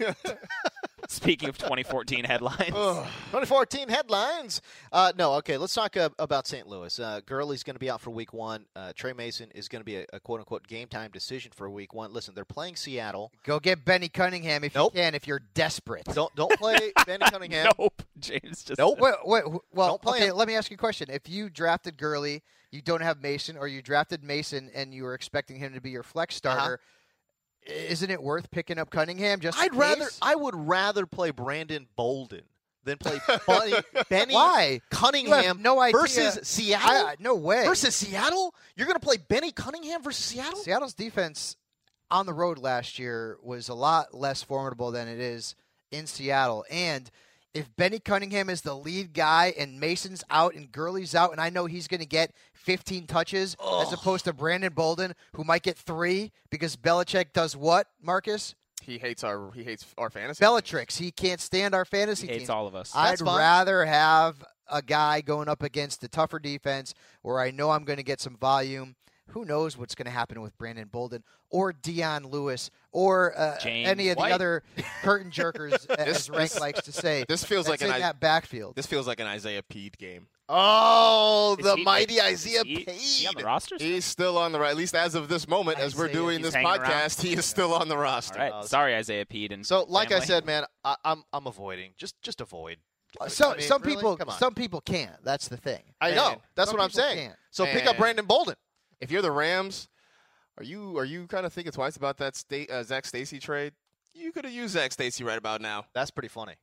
Speaker 2: Speaking of 2014 headlines,
Speaker 4: Ugh.
Speaker 1: 2014 headlines. Uh, no, okay, let's talk uh, about St. Louis. Uh, Gurley's going to be out for week one. Uh, Trey Mason is going to be a, a quote unquote game time decision for week one. Listen, they're playing Seattle.
Speaker 3: Go get Benny Cunningham if
Speaker 1: Nope.
Speaker 3: you can. If you're desperate.
Speaker 1: Don't don't play Benny Cunningham.
Speaker 2: nope. James just
Speaker 1: Nope.
Speaker 3: Wait, wait, wh- well,
Speaker 1: Don't play
Speaker 3: okay,
Speaker 1: him.
Speaker 3: let me ask you a question. If you drafted Gurley, you don't have Mason, or you drafted Mason and you were expecting him to be your flex
Speaker 1: Uh-huh.
Speaker 3: starter, i- isn't it worth picking up Cunningham just in
Speaker 1: I'd rather
Speaker 3: case?
Speaker 1: I would rather play Brandon Bolden than play Bunny, Benny
Speaker 3: Why? You
Speaker 1: Cunningham
Speaker 3: have no idea.
Speaker 1: versus Seattle.
Speaker 3: I- no way.
Speaker 1: Versus Seattle, you're going to play Benny Cunningham versus Seattle.
Speaker 3: Seattle's defense on the road last year was a lot less formidable than it is in Seattle. And if Benny Cunningham is the lead guy and Mason's out and Gurley's out, and I know he's going to get 15 touches as opposed to Brandon Bolden, who might get three because Belichick does what, Marcus?
Speaker 4: He hates our he hates our fantasy.
Speaker 3: Bellatrix. He can't stand our fantasy
Speaker 2: hates
Speaker 3: teams.
Speaker 2: all of us.
Speaker 3: I'd
Speaker 1: That's fine.
Speaker 3: rather have a guy going up against the tougher defense where I know I'm going to get some volume. Who knows what's going to happen with Brandon Bolden or Dion Lewis or uh,
Speaker 2: James
Speaker 3: any of the
Speaker 2: White.
Speaker 3: other curtain jerkers, as Rank likes to say.
Speaker 4: This feels
Speaker 3: that's
Speaker 4: like an
Speaker 3: in
Speaker 4: I-
Speaker 3: that backfield.
Speaker 4: This feels like an Isaiah Pede game.
Speaker 1: Oh,
Speaker 2: Is
Speaker 1: the
Speaker 2: he-
Speaker 1: mighty
Speaker 2: is
Speaker 1: Isaiah
Speaker 2: he-
Speaker 1: Payne.
Speaker 2: is he on the roster? still?
Speaker 4: He's still on the right, at least as of this moment, as we're
Speaker 3: Isaiah,
Speaker 4: doing
Speaker 2: he's
Speaker 4: this
Speaker 2: hanging around.
Speaker 4: podcast. He is still on the roster.
Speaker 2: All right. Sorry, Isaiah Pede.
Speaker 4: Mm-hmm.
Speaker 2: And
Speaker 1: So, like I
Speaker 2: family.
Speaker 1: said, man, I, I'm I'm avoiding. Just just avoid.
Speaker 3: some
Speaker 1: I mean,
Speaker 3: some
Speaker 1: really?
Speaker 3: people
Speaker 1: Come on.
Speaker 3: some people can't. That's the thing.
Speaker 1: I know. That's
Speaker 3: Some
Speaker 1: what I'm
Speaker 3: people
Speaker 1: saying.
Speaker 3: can't.
Speaker 1: So pick up
Speaker 4: Man.
Speaker 1: Brandon Bolden.
Speaker 4: If you're the Rams, are you are you kind of thinking twice about that sta- uh, Zach Stacy trade? You could have used Zach Stacy right about now.
Speaker 1: That's pretty funny.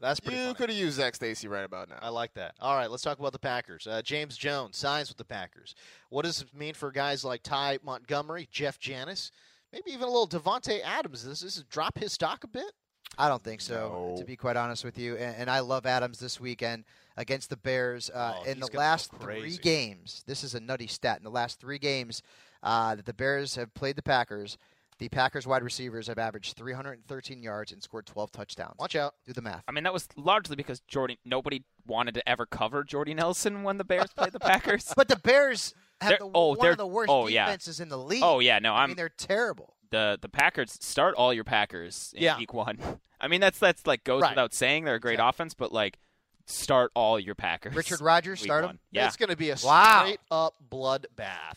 Speaker 1: That's pretty
Speaker 4: You
Speaker 1: funny.
Speaker 4: could have used Zach Stacy right about now.
Speaker 1: I like that. All right, let's talk about the Packers. Uh, James Jones signs with the Packers. What does this mean for guys like Ty Montgomery, Jeff Janis, maybe even a little Devonte Adams? Does this drop his stock a bit?
Speaker 3: I don't think so, to be quite honest with you. And, and I love Adams this weekend against the Bears. Uh,
Speaker 1: Oh,
Speaker 3: in
Speaker 1: he's
Speaker 3: the
Speaker 1: gonna go
Speaker 3: last three
Speaker 1: crazy.
Speaker 3: games, this is a nutty stat. In the last three games uh, that the Bears have played the Packers, the Packers wide receivers have averaged 313 yards and scored 12 touchdowns.
Speaker 1: Watch out.
Speaker 3: Do the math.
Speaker 2: I mean that was largely because Jordy. Nobody wanted to ever cover Jordy Nelson when the Bears played the Packers.
Speaker 3: But the Bears have
Speaker 2: They're-
Speaker 3: the,
Speaker 2: oh,
Speaker 3: one
Speaker 2: they're-
Speaker 3: of the worst
Speaker 2: oh, yeah.
Speaker 3: defenses in the league.
Speaker 2: oh yeah, no,
Speaker 3: I
Speaker 2: I'm
Speaker 3: mean, they're terrible.
Speaker 2: the the Packers start all your Packers in
Speaker 1: Yeah.
Speaker 2: week one. I mean that's that's like goes
Speaker 1: Right.
Speaker 2: without saying they're a great offense, but like start all your Packers.
Speaker 3: Richard Rodgers,
Speaker 2: week
Speaker 3: start him?
Speaker 2: one. Yeah.
Speaker 1: It's going to be a
Speaker 3: Wow.
Speaker 1: straight up bloodbath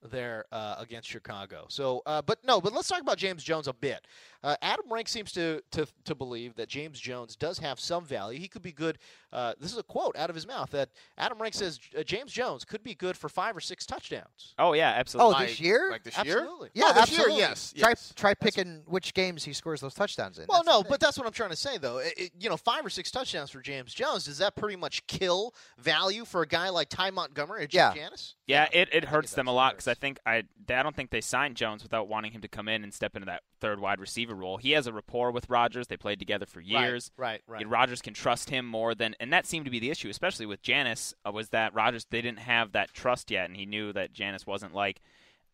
Speaker 1: there uh, against Chicago. So, uh, but no, but let's talk about James Jones a bit. Uh, Adam Rank seems to, to to believe that James Jones does have some value. He could be good. Uh, this is a quote out of his mouth that Adam Rank says uh, James Jones could be good for five or six touchdowns.
Speaker 2: Oh yeah, absolutely.
Speaker 3: Oh, this year?
Speaker 4: Like this
Speaker 1: Absolutely.
Speaker 4: year?
Speaker 3: Yeah,
Speaker 4: oh, this
Speaker 3: absolutely.
Speaker 4: year, yes.
Speaker 3: Try,
Speaker 4: yes.
Speaker 3: try picking which games he scores those touchdowns in.
Speaker 1: Well,
Speaker 3: That's
Speaker 1: no,
Speaker 3: the thing.
Speaker 1: but that's what I'm trying to say, though. It- it- you know, five or six touchdowns for James Jones does that pretty much kill value for a guy like Ty Montgomery or Jim
Speaker 3: Yeah.
Speaker 1: Janis?
Speaker 2: Yeah, it, it hurts
Speaker 1: it
Speaker 2: them a
Speaker 1: does.
Speaker 2: lot because I think I I don't think they signed Jones without wanting him to come in and step into that third wide receiver role. He has a rapport with Rodgers. They played together for years.
Speaker 1: Right, right. right.
Speaker 2: Rodgers can trust him more than, and that seemed to be the issue, especially with Janis, uh, was that Rodgers they didn't have that trust yet, and he knew that Janis wasn't like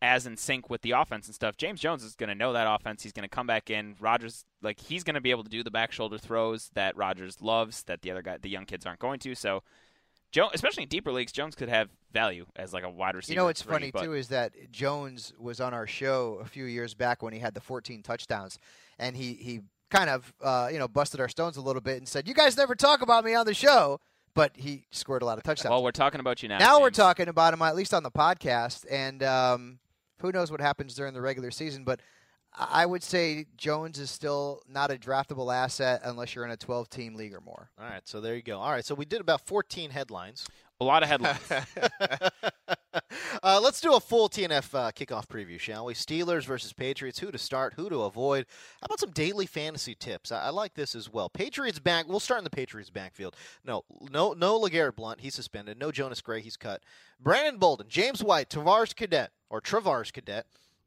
Speaker 2: as in sync with the offense and stuff. James Jones is going to know that offense. He's going to come back in. Rodgers like he's going to be able to do the back shoulder throws that Rodgers loves that the other guy the young kids aren't going to. So. Jones, especially in deeper leagues, Jones could have value as like a wide receiver.
Speaker 3: You know what's
Speaker 2: three,
Speaker 3: funny
Speaker 2: but-
Speaker 3: too is that Jones was on our show a few years back when he had the 14 touchdowns, and he he kind of uh, you know busted our stones a little bit and said, "You guys never talk about me on the show," but he scored a lot of touchdowns.
Speaker 2: Well, we're talking about you now.
Speaker 3: now we're
Speaker 2: James.
Speaker 3: talking about him at least on the podcast, and um, who knows what happens during the regular season, but. I I would say Jones is still not a draftable asset unless you're in a 12 team league or more.
Speaker 1: All right, so there you go. All right, so we did about 14 headlines.
Speaker 2: a lot of headlines.
Speaker 1: uh, let's do a full TNF uh, kickoff preview, shall we? Steelers versus Patriots. Who to start? Who to avoid? How about some daily fantasy tips? I, I like this as well. Patriots back. We'll start in the Patriots backfield. No, no, no. Legarrette Blunt. He's suspended. No Jonas Gray. He's cut. Brandon Bolden, James White, Tavares Cadet or Travars Cadet,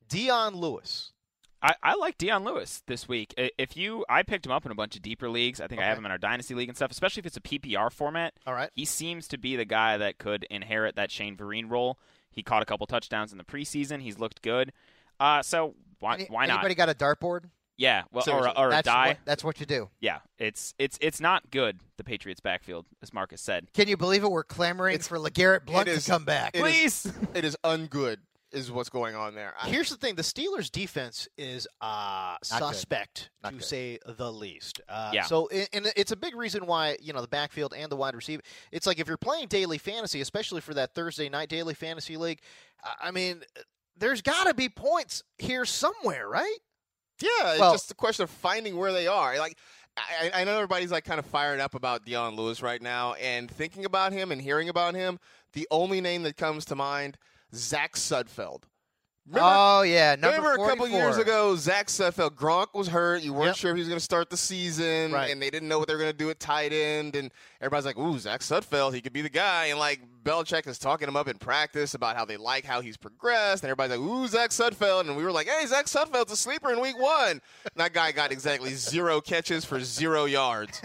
Speaker 1: Dion Lewis.
Speaker 2: I, I like Dion Lewis this week. I- If you, I picked him up in a bunch of deeper leagues. I think I have
Speaker 1: Okay.
Speaker 2: him in our dynasty league and stuff. Especially if it's a PPR format,
Speaker 1: All right.
Speaker 2: he seems to be the guy that could inherit that Shane Vereen role. He caught a couple touchdowns in the preseason. He's looked good. Uh, so why
Speaker 3: Any-
Speaker 2: why not?
Speaker 3: Anybody got a dartboard?
Speaker 2: Yeah, well, or
Speaker 1: Seriously,
Speaker 2: a, or a
Speaker 3: that's
Speaker 2: die.
Speaker 3: What, that's what you do.
Speaker 2: Yeah, it's it's it's not good. The Patriots backfield, as Marcus said.
Speaker 3: Can you believe it? We're clamoring
Speaker 4: It's-
Speaker 3: for LeGarrette Blunt
Speaker 4: it
Speaker 3: to
Speaker 4: is-
Speaker 3: come back.
Speaker 4: it is-
Speaker 2: Please.
Speaker 4: It is ungood, is what's going on there. I-
Speaker 1: Here's the thing: the Steelers' defense is uh,
Speaker 3: Not good.
Speaker 1: suspect,
Speaker 3: Not
Speaker 1: to
Speaker 3: good.
Speaker 1: say the least. Uh,
Speaker 2: Yeah.
Speaker 1: So, i- and it's a big reason why you know the backfield and the wide receiver. It's like if you're playing daily fantasy, especially for that Thursday night daily fantasy league. I- I mean, there's got to be points here somewhere, right?
Speaker 4: Yeah, it's
Speaker 3: Well-
Speaker 4: just a question of finding where they are. Like, I, I know everybody's like kind of fired up about Dion Lewis right now, and thinking about him and hearing about him, the only name that comes to mind, Zach Sudfeld. Remember,
Speaker 3: oh yeah, number
Speaker 4: remember a couple
Speaker 3: 44.
Speaker 4: years ago, Zach Sudfeld, Gronk was hurt. You weren't
Speaker 1: Yep.
Speaker 4: sure if he was going to start the season,
Speaker 1: Right.
Speaker 4: and they didn't know what they were going to do at tight end. And everybody's like, "Ooh, Zach Sudfeld, he could be the guy." And like Belichick is talking him up in practice about how they like how he's progressed, and everybody's like, "Ooh, Zach Sudfeld," and we were like, "Hey, Zach Sudfeld's a sleeper in week one." And that guy got exactly zero catches for zero yards.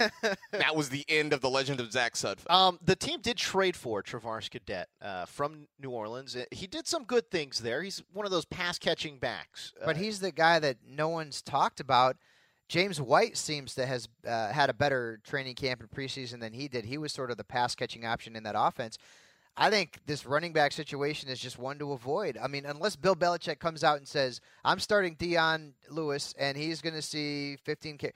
Speaker 4: that was the end of the legend of Zach Sudfeld.
Speaker 1: Um, the team did trade for Travars Cadet uh, from New Orleans. Uh, He did some good things there. He's one of those pass catching backs.
Speaker 3: but
Speaker 1: Uh,
Speaker 3: he's the guy that no one's talked about. James White seems to has uh, had a better training camp and preseason than he did. He was sort of the pass catching option in that offense. I think this running back situation is just one to avoid. I mean, unless Bill Belichick comes out and says, "I'm starting Dion Lewis and he's going to see 15 K."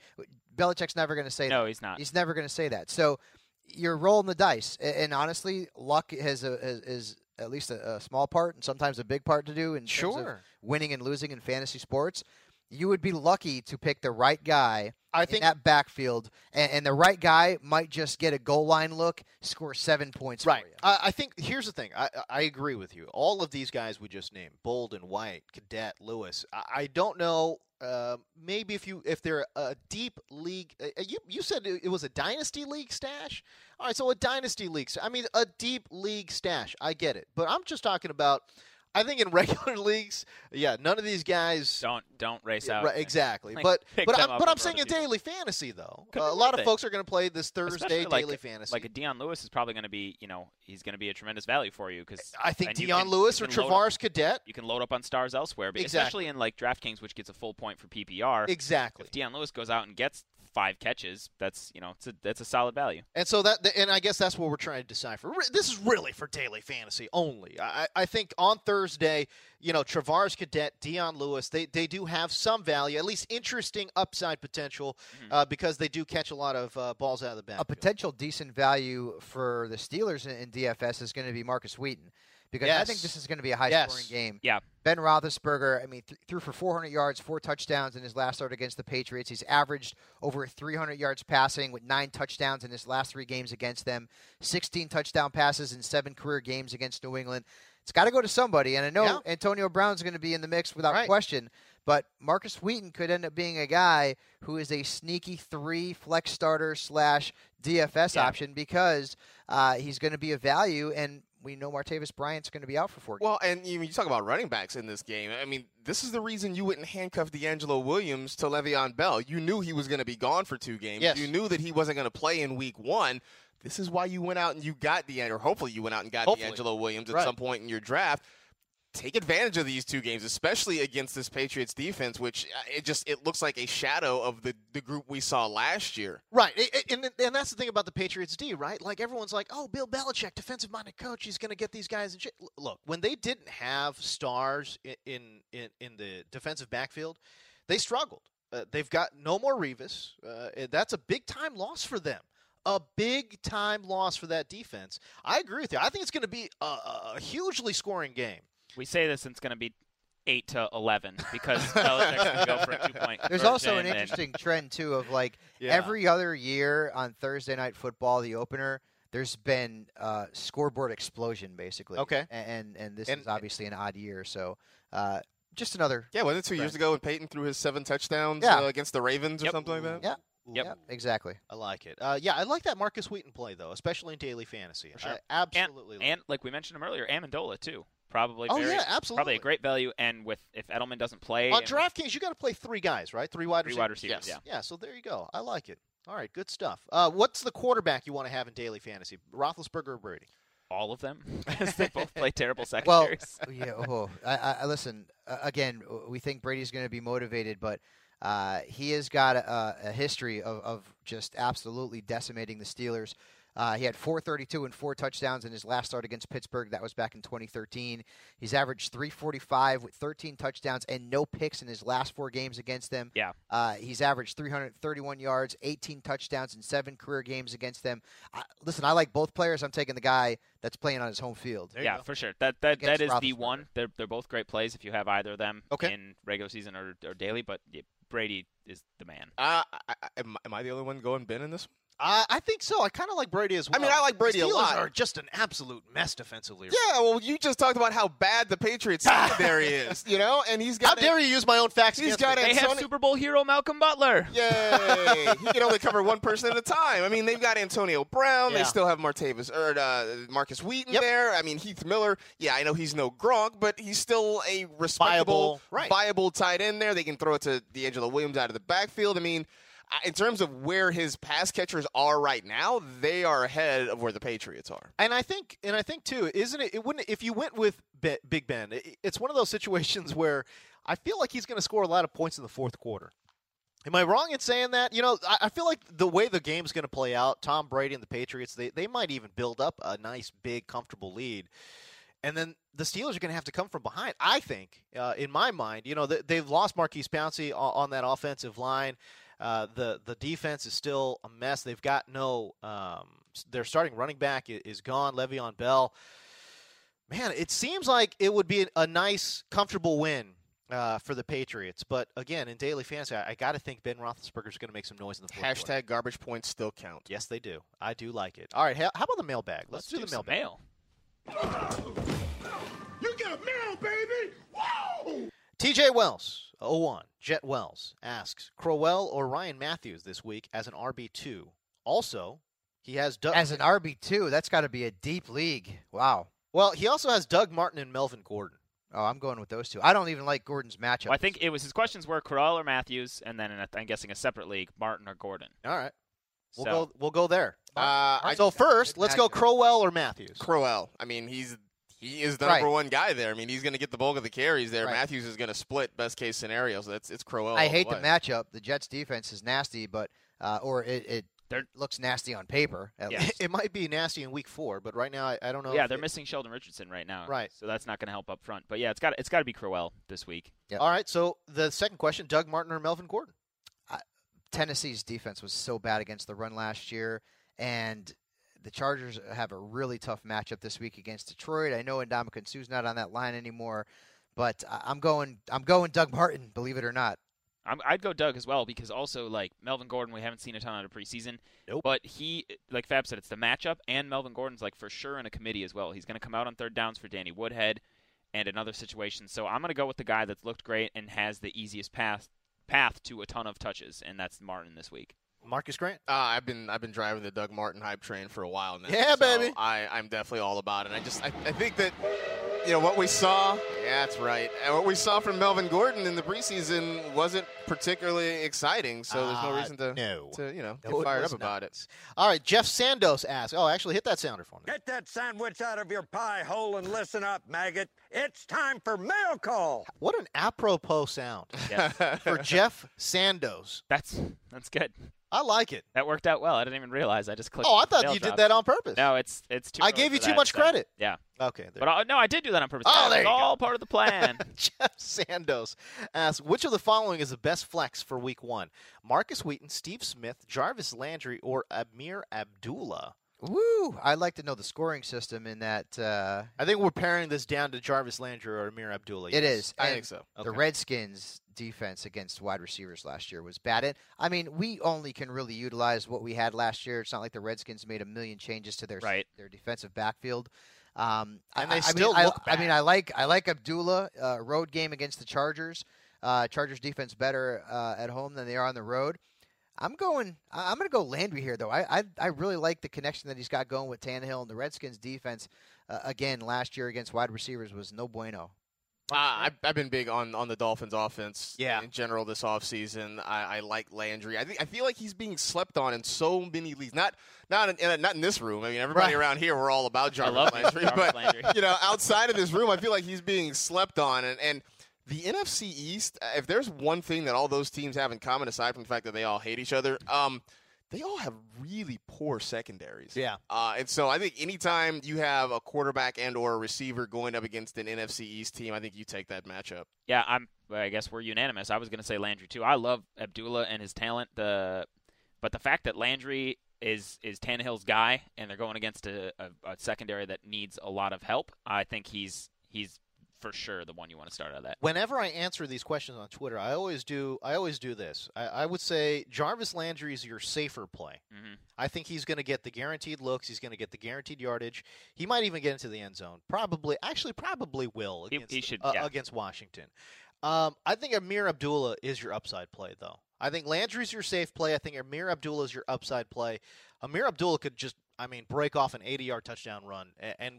Speaker 3: Belichick's never going to say that.
Speaker 2: No, he's not.
Speaker 3: He's never going to say that. So you're rolling the dice, A- and honestly, luck has a, is, is at least a, a small part, and sometimes a big part to do in terms of
Speaker 1: Sure.
Speaker 3: winning and losing in fantasy sports. You would be lucky to pick the right guy
Speaker 1: I
Speaker 3: in
Speaker 1: think
Speaker 3: that backfield, and, and the right guy might just get a goal line look, score seven points
Speaker 1: Right.
Speaker 3: for you.
Speaker 1: I, I think here's the thing. I, I agree with you. All of these guys we just named, Bolden, White, Cadet, Lewis. I, I don't know. Uh, maybe if you if they're a deep league, uh, uh, you you said it it was a dynasty league stash. All right, so a dynasty league. sta- I mean, a deep league stash. I get it, but I'm just talking about. I think in regular leagues, yeah, none of these guys.
Speaker 2: Don't don't race
Speaker 1: Yeah,
Speaker 2: out.
Speaker 1: right, exactly,
Speaker 2: Like,
Speaker 1: but
Speaker 2: pick
Speaker 1: but
Speaker 2: them
Speaker 1: I'm,
Speaker 2: up
Speaker 1: but
Speaker 2: and
Speaker 1: I'm
Speaker 2: throw
Speaker 1: saying
Speaker 2: to
Speaker 1: in
Speaker 2: people.
Speaker 1: daily fantasy though,
Speaker 2: Could
Speaker 1: Uh,
Speaker 2: be
Speaker 1: a lot of
Speaker 2: anything.
Speaker 1: folks are going to play this Thursday
Speaker 2: Especially like,
Speaker 1: daily fantasy.
Speaker 2: Like a Deion Lewis is probably going to be, you know, he's going to be a tremendous value for you because
Speaker 1: I think
Speaker 2: and you
Speaker 1: Dion
Speaker 2: can-
Speaker 1: Lewis
Speaker 2: you
Speaker 1: or
Speaker 2: can load up-
Speaker 1: Travars Cadet.
Speaker 2: You can load up on stars elsewhere, but
Speaker 1: Exactly.
Speaker 2: especially in like DraftKings, which gets a full point for PPR.
Speaker 1: Exactly.
Speaker 2: If Deion Lewis goes out and gets five catches, that's you know, it's a, that's a solid value.
Speaker 1: And so that, th- and I guess that's what we're trying to decipher. Re- This is really for daily fantasy only. I, I I think on Thursday, you know, Travars Cadet, Dion Lewis, they, they do have some value, at least interesting upside potential,
Speaker 2: Mm-hmm.
Speaker 1: uh, because they do catch a lot of uh, balls out of the
Speaker 3: A
Speaker 1: backfield.
Speaker 3: potential decent value for the Steelers in, in DFS is going to be Marcus Wheaton because I think
Speaker 1: Yes.
Speaker 3: this is going to be a high scoring
Speaker 1: Yes.
Speaker 3: game.
Speaker 2: Yeah.
Speaker 3: Ben Roethlisberger, I mean, th- threw for 400 yards, four touchdowns in his last start against the Patriots. He's averaged over 300 yards passing with nine touchdowns in his last three games against them, 16 touchdown passes in seven career games against New England. It's got to go to somebody, and I know
Speaker 1: Yeah.
Speaker 3: Antonio Brown's going to be in the mix without
Speaker 1: Right.
Speaker 3: question. But Marcus Wheaton could end up being a guy who is a sneaky three flex starter slash DFS
Speaker 2: Yeah.
Speaker 3: option because uh, he's going to be a value, and we know Martavis Bryant's going to be out for four.
Speaker 4: Well, and you, you talk about running backs in this game. I mean, this is the reason you wouldn't handcuff D'Angelo Williams to Le'Veon Bell. You knew he was going to be gone for two games.
Speaker 1: Yes.
Speaker 4: You knew that he wasn't going to play in week one. This is why you went out and you got D'Angelo, or hopefully you went out and got
Speaker 1: Hopefully.
Speaker 4: D'Angelo Williams at
Speaker 1: Right.
Speaker 4: some point in your draft. Take advantage of these two games, especially against this Patriots defense, which uh, it just it looks like a shadow of the, the group we saw last year.
Speaker 1: Right, I- I- and and that's the thing about the Patriots D, right? Like everyone's like, "Oh, Bill Belichick, defensive-minded coach, he's going to get these guys." And shit. L- Look, when they didn't have stars i- in in in the defensive backfield, they struggled. Uh, they've got no more Revis. Uh, and that's a big-time loss for them. A big-time loss for that defense. I agree with you. I think it's going to be a, a a hugely scoring game.
Speaker 2: We say this, and it's going to be eight to eleven because Belichick's going to go for a two-point.
Speaker 3: There's also an
Speaker 2: conversion, and-
Speaker 3: interesting trend too of like
Speaker 1: Yeah.
Speaker 3: every other year on Thursday night football, the opener. There's been uh, scoreboard explosion basically.
Speaker 1: Okay.
Speaker 3: A- and and this
Speaker 1: And-
Speaker 3: is obviously an odd year, so uh, just another.
Speaker 4: Yeah, wasn't it two years ago when Peyton threw his seven touchdowns
Speaker 3: Yeah.
Speaker 4: uh, against the Ravens or
Speaker 2: Yep.
Speaker 4: something like that?
Speaker 3: Yeah.
Speaker 2: Yep.
Speaker 3: Yeah, exactly.
Speaker 1: I like it. Uh, yeah, I like that Marcus Wheaton play though, especially in daily fantasy.
Speaker 2: sure.
Speaker 1: I absolutely. love
Speaker 2: and like we mentioned him earlier, Amendola too. Probably.
Speaker 1: Oh,
Speaker 2: very,
Speaker 1: yeah,
Speaker 2: Probably
Speaker 1: absolutely.
Speaker 2: a great value, and with if Edelman doesn't play,
Speaker 1: On
Speaker 2: and-
Speaker 1: DraftKings, you got to play three guys, right? Three wide
Speaker 2: Three
Speaker 1: receivers.
Speaker 2: wide receivers, Yes.
Speaker 1: Yeah. So there you go. I like it. All right. Good stuff. Uh, what's the quarterback you want to have in daily fantasy? Roethlisberger or Brady?
Speaker 2: all of them, because they both play terrible
Speaker 3: Well,
Speaker 2: secondaries.
Speaker 3: yeah. Oh, I, I, I- listen. Uh, again, w- we think Brady's going to be motivated, but uh, he has got a, a history of, of just absolutely decimating the Steelers. Uh, he had 432 and four touchdowns in his last start against Pittsburgh. That was back in 2013. He's averaged 345 with 13 touchdowns and no picks in his last four games against them.
Speaker 2: Yeah.
Speaker 3: Uh, he's averaged 331 yards, 18 touchdowns in seven career games against them. I, listen, I like both players. I'm taking the guy that's playing on his home field.
Speaker 1: There you
Speaker 2: yeah,
Speaker 1: go.
Speaker 2: for sure. That that that is
Speaker 3: Against
Speaker 2: the
Speaker 3: Roethlisberger.
Speaker 2: one. They're they're both great plays if you have either of them
Speaker 1: Okay.
Speaker 2: in regular season or, or daily. But yeah, Brady is the man.
Speaker 4: Uh, I, I, am, am I the only one going Ben in this?
Speaker 1: I, I think so. I kind of like Brady as well.
Speaker 4: I mean, I like Brady
Speaker 1: the
Speaker 4: a
Speaker 1: Steelers
Speaker 4: lot.
Speaker 1: Are just an absolute mess defensively.
Speaker 4: Yeah, well, you just talked about how bad the Patriots secondary is, you know, and he's
Speaker 1: How
Speaker 4: got.
Speaker 1: dare you use my own facts?
Speaker 4: He's
Speaker 1: against
Speaker 4: got
Speaker 1: me?
Speaker 4: it.
Speaker 2: They have
Speaker 4: Sony-
Speaker 2: Super Bowl hero Malcolm Butler.
Speaker 4: Yay! he can only cover one person at a time. I mean, they've got Antonio Brown.
Speaker 1: Yeah.
Speaker 4: They still have Martavis or uh, Marcus Wheaton
Speaker 1: Yep.
Speaker 4: there. I mean, Heath Miller. Yeah, I know he's no Gronk, but he's still a respectable,
Speaker 1: Viable. Right.
Speaker 4: viable tight end there. They can throw it to D'Angelo Williams out of the backfield. I mean, I- in terms of where his pass catchers are right now, they are ahead of where the Patriots are.
Speaker 1: And I think, and I think too, isn't it? It wouldn't if you went with Be- Big Ben. It, it's one of those situations where I feel like he's going to score a lot of points in the fourth quarter. Am I wrong in saying that? You know, I, I feel like the way the game's going to play out, Tom Brady and the Patriots, they they might even build up a nice, big, comfortable lead. And then the Steelers are going to have to come from behind. I think, uh, in my mind, you know, they, they've lost Marquise Pouncey on, on that offensive line. Uh, the the defense is still a mess. They've got no um, s- their starting running back is, is gone. Le'Veon Bell. Man, it seems like it would be a nice, comfortable win uh, for the Patriots. But again, in daily fantasy, I, I got to think Ben Roethlisberger is going to make some noise in the fourth quarter.
Speaker 4: Hashtag garbage points still count.
Speaker 1: Yes, they do. I do like it. All right, how, how about the mailbag? Let's, do, the
Speaker 2: some
Speaker 1: mailbag.
Speaker 2: mail.
Speaker 5: You get a mail, baby! Whoa!
Speaker 1: TJ Wells, 01, Jet Wells, asks Crowell or Ryan Matthews this week as an RB2. Also, he has Doug.
Speaker 3: As an RB two, that's got to be a deep league. Wow.
Speaker 1: well, he also has Doug Martin and Melvin Gordon.
Speaker 3: Oh, I'm going with those two. I don't even like Gordon's matchup.
Speaker 2: Well, I think it was his questions were Corral or Matthews, and then in a, I'm guessing a separate league, Martin or Gordon.
Speaker 1: All right. We'll
Speaker 2: So-
Speaker 1: go. We'll go there.
Speaker 4: Uh, I,
Speaker 1: so first,
Speaker 3: good
Speaker 1: let's go
Speaker 3: matchup.
Speaker 1: Crowell or Matthews.
Speaker 4: Crowell. I mean, he's he is the
Speaker 3: Right.
Speaker 4: number one guy there. I mean, he's going to get the bulk of the carries there.
Speaker 3: Right.
Speaker 4: Matthews is going to split best case scenario. So that's it's Crowell.
Speaker 3: I
Speaker 4: all
Speaker 3: hate
Speaker 4: the
Speaker 3: the
Speaker 4: way.
Speaker 3: matchup. The Jets defense is nasty, but uh, or it, it
Speaker 2: They're-
Speaker 3: looks nasty on paper. At
Speaker 2: Yeah.
Speaker 3: least.
Speaker 1: It might be nasty in week four, but right now I, I don't know.
Speaker 2: yeah,
Speaker 1: if
Speaker 2: they're
Speaker 1: it-
Speaker 2: missing Sheldon Richardson right now,
Speaker 1: uh, Right.
Speaker 2: So that's not going to help up front. But yeah, it's got it's got to be Crowell this week.
Speaker 3: Yep.
Speaker 1: All right. So the second question: Doug Martin or Melvin Gordon?
Speaker 3: Tennessee's defense was so bad against the run last year, and the Chargers have a really tough matchup this week against Detroit. I know Ndamukong Sue's not on that line anymore, but I- I'm going I'm going Doug Martin, believe it or not.
Speaker 2: I'm, I'd go Doug as well because also like Melvin Gordon, we haven't seen a ton out of preseason.
Speaker 1: Nope.
Speaker 2: But he, like Fab said, it's the matchup, and Melvin Gordon's like for sure in a committee as well. He's going to come out on third downs for Danny Woodhead, and another situation. So I'm going to go with the guy that's looked great and has the easiest path path to a ton of touches, and that's Martin this week.
Speaker 1: Marcus Grant.
Speaker 4: Uh, I've been I've been driving the Doug Martin hype train for a while now.
Speaker 1: Yeah,
Speaker 4: so
Speaker 1: baby.
Speaker 4: I I'm definitely all about it. I just I, I think that you know what we saw. Yeah, that's right. And what we saw from Melvin Gordon in the preseason wasn't particularly exciting. So there's no
Speaker 1: Uh,
Speaker 4: reason to
Speaker 1: no.
Speaker 4: to you know get
Speaker 1: No, it
Speaker 4: fired up
Speaker 1: was not.
Speaker 4: about it.
Speaker 1: All right, Jeff Sandos asks. Oh, actually, hit that sounder for me.
Speaker 10: Get that sandwich out of your pie hole and listen up, maggot. It's time for mail call.
Speaker 1: What an apropos sound
Speaker 2: Yes,
Speaker 1: for Jeff Sandos.
Speaker 2: that's that's good.
Speaker 1: I like it.
Speaker 2: That worked out well. I didn't even realize. I just clicked.
Speaker 1: Oh, I thought
Speaker 2: mail
Speaker 1: you
Speaker 2: drop.
Speaker 1: did that on purpose.
Speaker 2: No, it's it's too.
Speaker 1: I
Speaker 2: early
Speaker 1: gave
Speaker 2: for
Speaker 1: you too
Speaker 2: that,
Speaker 1: much
Speaker 2: so-
Speaker 1: credit.
Speaker 2: Yeah,
Speaker 1: Okay. There.
Speaker 2: but I, no, I did do that on purpose.
Speaker 1: Oh,
Speaker 2: That
Speaker 1: there
Speaker 2: was
Speaker 1: you go.
Speaker 2: all part of the plan.
Speaker 1: Jeff Sandos asks, which of the following is the best flex for week one? Marcus Wheaton, Steve Smith, Jarvis Landry, or Amir Abdullah?
Speaker 3: Woo! I'd like to know the scoring system in that. Uh,
Speaker 1: I think we're paring this down to Jarvis Landry or Amir Abdullah. yes.
Speaker 3: It is.
Speaker 4: I
Speaker 3: And
Speaker 4: think so.
Speaker 3: The
Speaker 1: Okay.
Speaker 3: Redskins' defense against wide receivers last year was bad. And I mean, we only can really utilize what we had last year. It's not like the Redskins made a million changes to their
Speaker 2: Right.
Speaker 3: their defensive backfield. Um, I-
Speaker 1: And they
Speaker 3: I, I
Speaker 1: still
Speaker 3: mean,
Speaker 1: look
Speaker 3: I, I mean, I like I like Abdullah uh, road game against the Chargers. Uh, Chargers defense better uh, at home than they are on the road. I'm going. I- I'm going to go Landry here, though. I, I I really like the connection that he's got going with Tannehill and the Redskins defense. Uh, again, last year against wide receivers was no bueno.
Speaker 4: Uh, I've, I've been big on, on the Dolphins' offense
Speaker 1: Yeah.
Speaker 4: in general this offseason. I, I like Landry. I think I feel like he's being slept on in so many leagues. Not not in, in, not in this room. I mean, everybody
Speaker 1: Right.
Speaker 4: around here we're all about Jarvis
Speaker 2: love
Speaker 4: Landry,
Speaker 2: Jarvis
Speaker 4: but
Speaker 2: Landry.
Speaker 4: you know, outside of this room, I feel like he's being slept on. And, and the NFC East, uh, if there's one thing that all those teams have in common, aside from the fact that they all hate each other, um, they all have really poor secondaries.
Speaker 1: Yeah.
Speaker 4: Uh, and so I think anytime you have a quarterback and or a receiver going up against an NFC East team, I think you take that matchup.
Speaker 2: Yeah, I'm. well, I guess we're unanimous. I was going to say Landry too. I love Abdullah and his talent. The, but the fact that Landry is is Tannehill's guy, and they're going against a, a, a secondary that needs a lot of help. I think he's he's for sure the one you want to start out of that.
Speaker 1: Whenever I answer these questions on Twitter, I always do. I always do this. I, I would say Jarvis Landry is your safer play.
Speaker 2: hmm
Speaker 1: I think he's going to get the guaranteed looks. He's going to get the guaranteed yardage. He might even get into the end zone. Probably, actually, probably will
Speaker 2: He-
Speaker 1: against,
Speaker 2: he should,
Speaker 1: uh,
Speaker 2: yeah.
Speaker 1: against Washington. Um, I think Amir Abdullah is your upside play, though. I think Landry's your safe play. I think Amir Abdullah is your upside play. Amir Abdullah could just, I mean, break off an 80 yard touchdown run, and, and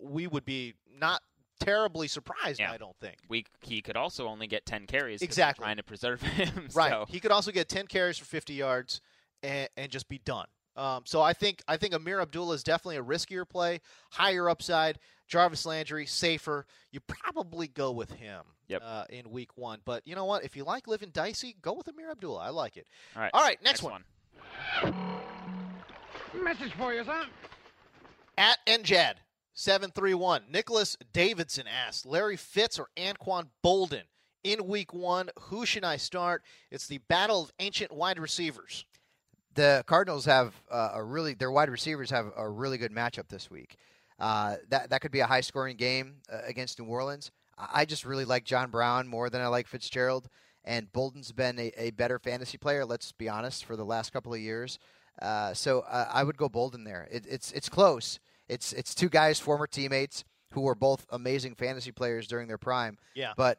Speaker 1: we would be not terribly surprised,
Speaker 2: Yeah.
Speaker 1: I don't think.
Speaker 2: We he could also only get ten carries. 'cause they're
Speaker 1: Exactly.
Speaker 2: Trying to preserve him.
Speaker 1: Right.
Speaker 2: So.
Speaker 1: He could also get 10 carries for 50 yards and, and just be done. Um, so I think I think Amir Abdullah is definitely a riskier play, higher upside. Jarvis Landry safer. You probably go with him
Speaker 2: Yep.
Speaker 1: uh, in week one. But you know what? If you like living dicey, go with Amir Abdullah. I like it.
Speaker 2: All right.
Speaker 1: All right, next one.
Speaker 10: Message for you, son.
Speaker 1: At NJAD 731, Nicholas Davidson asks Larry Fitz or Anquan Bolden in week one. Who should I start? It's the battle of ancient wide receivers.
Speaker 3: the Cardinals have uh, a really their wide receivers have a really good matchup this week. Uh, that that could be a high scoring game uh, against New Orleans. I I just really like John Brown more than I like Fitzgerald, and Bolden's been a, a better fantasy player. Let's be honest for the last couple of years. Uh, so uh, I would go Bolden there. It, it's it's close. It's it's two guys, former teammates, who were both amazing fantasy players during their prime.
Speaker 1: Yeah.
Speaker 3: but.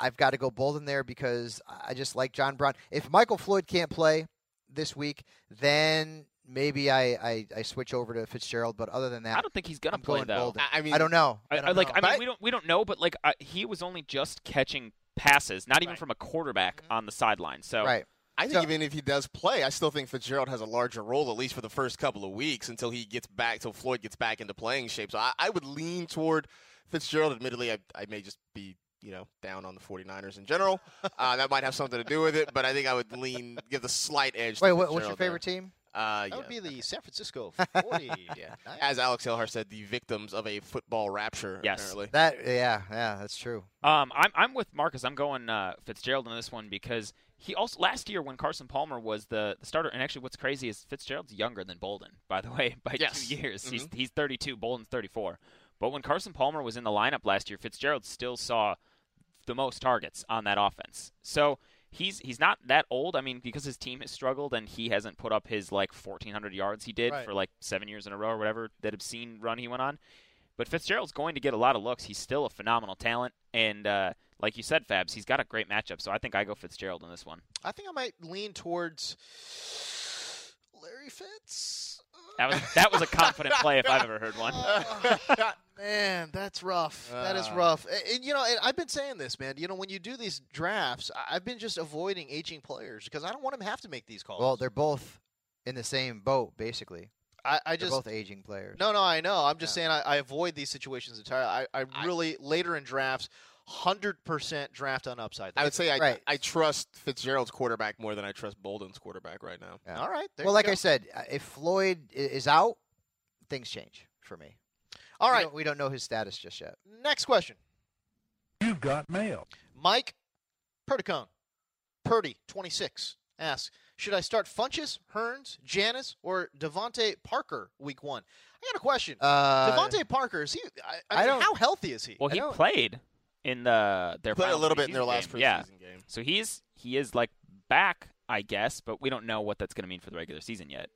Speaker 3: I've got to go Bolden there because I just like John Brown. If Michael Floyd can't play, this week, then maybe I, I, I switch over to Fitzgerald. But other than that,
Speaker 2: I don't think he's gonna
Speaker 3: I'm
Speaker 2: play
Speaker 3: going
Speaker 2: though.
Speaker 3: Bolden.
Speaker 4: I, I mean,
Speaker 3: I don't know.
Speaker 2: I,
Speaker 3: I
Speaker 2: I-
Speaker 3: don't
Speaker 2: like
Speaker 3: know.
Speaker 2: I mean
Speaker 4: But-
Speaker 2: we don't we don't know, but like I, he was only just catching passes, not even from a quarterback on the sideline. So
Speaker 3: right.
Speaker 4: I think
Speaker 3: So-
Speaker 4: even if he does play, I still think Fitzgerald has a larger role, at least for the first couple of weeks, until he gets back, until Floyd gets back into playing shape. So I, I would lean toward Fitzgerald. Admittedly, I, I may just be, you know, down on the 49ers in general. Uh, that might have something to do with it, but I think I would lean, give the slight edge.
Speaker 3: Wait,
Speaker 4: to
Speaker 3: what, what's your
Speaker 4: Fitzgerald there.
Speaker 3: favorite team?
Speaker 4: Uh,
Speaker 1: That
Speaker 4: yeah.
Speaker 1: would be the San Francisco 40.
Speaker 4: Yeah.
Speaker 1: Nice.
Speaker 4: As Alex Elhar said, the victims of a football rapture.
Speaker 2: Yes.
Speaker 4: Apparently.
Speaker 3: That yeah yeah that's true.
Speaker 2: Um, I'm I'm with Marcus. I'm going uh, Fitzgerald in this one because He also last year when Carson Palmer was the, the starter, and actually, what's crazy is Fitzgerald's younger than Bolden, by the way, by
Speaker 4: Yes.
Speaker 2: two years. He's
Speaker 4: Mhm.
Speaker 2: he's 32, Bolden's 34. But when Carson Palmer was in the lineup last year, Fitzgerald still saw the most targets on that offense. So he's he's not that old. I mean, because his team has struggled and he hasn't put up his like 1,400 yards he did
Speaker 4: Right.
Speaker 2: for like seven years in a row or whatever that obscene run he went on. But Fitzgerald's going to get a lot of looks. He's still a phenomenal talent, and uh, like you said, Fabs, he's got a great matchup. So I think I go Fitzgerald in this one.
Speaker 1: I think I might lean towards Larry Fitz.
Speaker 2: That was that was a confident play if I've ever heard one.
Speaker 1: Oh, man, that's rough. that is
Speaker 3: Uh.
Speaker 4: Ah.
Speaker 1: rough. And, and, you know, and I've been saying this, man. You know, when you do these drafts, I- I've been just avoiding aging players because I don't want them to have to make these calls.
Speaker 3: Well, they're both in the same boat, basically.
Speaker 1: I, I
Speaker 3: They're
Speaker 1: just
Speaker 3: both aging players.
Speaker 1: No, no, I know. I'm just saying I, I avoid these situations entirely. I, I really later in drafts, hundred percent draft on upside.
Speaker 4: I would say I,
Speaker 3: Right.
Speaker 4: I trust Fitzgerald's quarterback more than I trust Bolden's quarterback right now.
Speaker 3: Yeah.
Speaker 1: All right. There
Speaker 3: well,
Speaker 1: you
Speaker 3: like
Speaker 1: go.
Speaker 3: I said, uh, if Floyd i- is out, things change for me.
Speaker 1: All
Speaker 3: We
Speaker 1: right.
Speaker 3: don't- we don't know his status just yet.
Speaker 1: Next question,
Speaker 6: You've got mail.
Speaker 1: Mike Perdicone, Purdy, 26, asks, should I start Funches, Hearns, Janis, or Devonte Parker week one? I got a question.
Speaker 3: Uh,
Speaker 1: Devonte Parker is he? I, I,
Speaker 3: I
Speaker 1: mean,
Speaker 3: don't-
Speaker 1: how healthy is he?
Speaker 2: Well,
Speaker 3: I
Speaker 2: he
Speaker 3: don't-
Speaker 2: played in the their
Speaker 4: Played a
Speaker 2: final
Speaker 4: little bit in their
Speaker 2: preseason
Speaker 4: last
Speaker 2: game.
Speaker 4: preseason
Speaker 2: Yeah,
Speaker 4: game.
Speaker 2: so he's he is like back, I guess, but we don't know what that's going to mean for the regular season yet.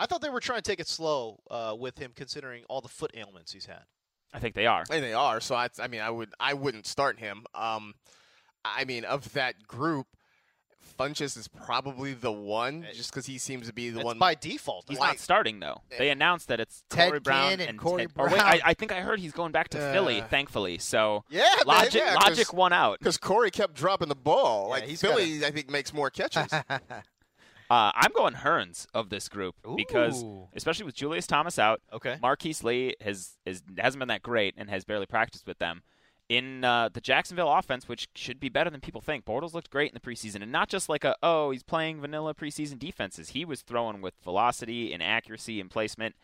Speaker 1: I thought they were trying to take it slow uh, with him, considering all the foot ailments he's had.
Speaker 2: I think they are.
Speaker 4: And they are. So I, I mean, I would, I wouldn't start him. Um, I mean, of that group, Funchess is probably the one, just because he seems to be the
Speaker 1: That's
Speaker 4: one.
Speaker 1: by default.
Speaker 2: He's
Speaker 1: Like-
Speaker 2: not starting though. They announced that it's
Speaker 3: Ted
Speaker 2: Corey Brown
Speaker 3: Ginn and Corey
Speaker 2: Ted- Or wait,
Speaker 3: Brown.
Speaker 2: I, I think I heard he's going back to
Speaker 1: Uh,
Speaker 2: Philly. Thankfully, so
Speaker 4: yeah, man,
Speaker 2: logic
Speaker 4: yeah, 'cause-
Speaker 2: logic won out.
Speaker 4: Because Corey kept dropping the ball.
Speaker 1: Yeah,
Speaker 4: like
Speaker 1: he's
Speaker 4: Philly, I think makes more catches.
Speaker 2: Uh, I'm going Hearns of this group because
Speaker 1: Ooh.
Speaker 2: especially with Julius Thomas out,
Speaker 1: Okay.
Speaker 2: Marquise Lee has is hasn't been that great and has barely practiced with them. In uh, the Jacksonville offense, which should be better than people think, Bortles looked great in the preseason, and not just like a oh he's playing vanilla preseason defenses. He was throwing with velocity and accuracy and placement.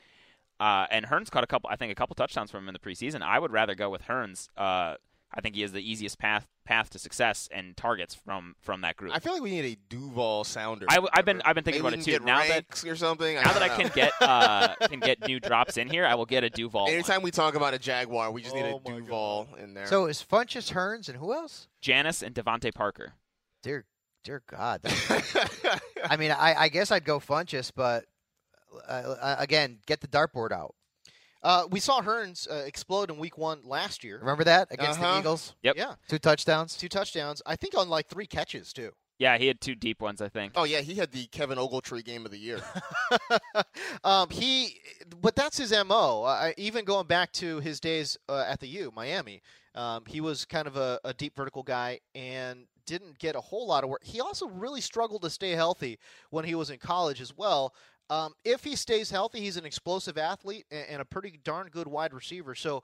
Speaker 2: Uh, and Hearns caught a couple, I think, a couple touchdowns from him in the preseason. I would rather go with Hearns. Uh, I think he has the easiest path path to success and targets from from that group.
Speaker 4: I feel like we need a Duval sounder.
Speaker 2: I w- I've been-
Speaker 4: Remember?
Speaker 2: I've been thinking
Speaker 4: Maybe
Speaker 2: about
Speaker 4: we
Speaker 2: it,
Speaker 4: can
Speaker 2: too.
Speaker 4: Get
Speaker 2: Now that-
Speaker 4: ranks or something.
Speaker 2: now that I
Speaker 4: don't
Speaker 2: can
Speaker 4: know.
Speaker 2: get uh, can get new drops in here, I will get a Duval. one.
Speaker 4: Anytime we talk about a Jaguar, we just need
Speaker 1: Oh
Speaker 4: a
Speaker 1: my God.
Speaker 4: Duval in there.
Speaker 3: So is Funches Hearns and who else?
Speaker 2: Janice and Devontae Parker.
Speaker 3: Dear, dear God. that- I mean, I, I guess I'd go Funches, but uh, uh, again, get the dartboard out.
Speaker 1: Uh, we saw Hearns uh, explode in week one last year.
Speaker 3: Remember that against
Speaker 4: Uh-huh.
Speaker 3: the Eagles,
Speaker 2: Yep.
Speaker 1: Yeah,
Speaker 3: two touchdowns.
Speaker 1: two touchdowns. I think on like three catches too.
Speaker 2: Yeah, he had two deep ones, I think.
Speaker 4: oh yeah, he had the Kevin Ogletree game of the year.
Speaker 1: um, he, but that's his mo. I, even going back to his days uh, at the U, Miami, um, he was kind of a, a deep vertical guy and didn't get a whole lot of work. He also really struggled to stay healthy when he was in college as well. Um, if he stays healthy, he's an explosive athlete and, and a pretty darn good wide receiver. So.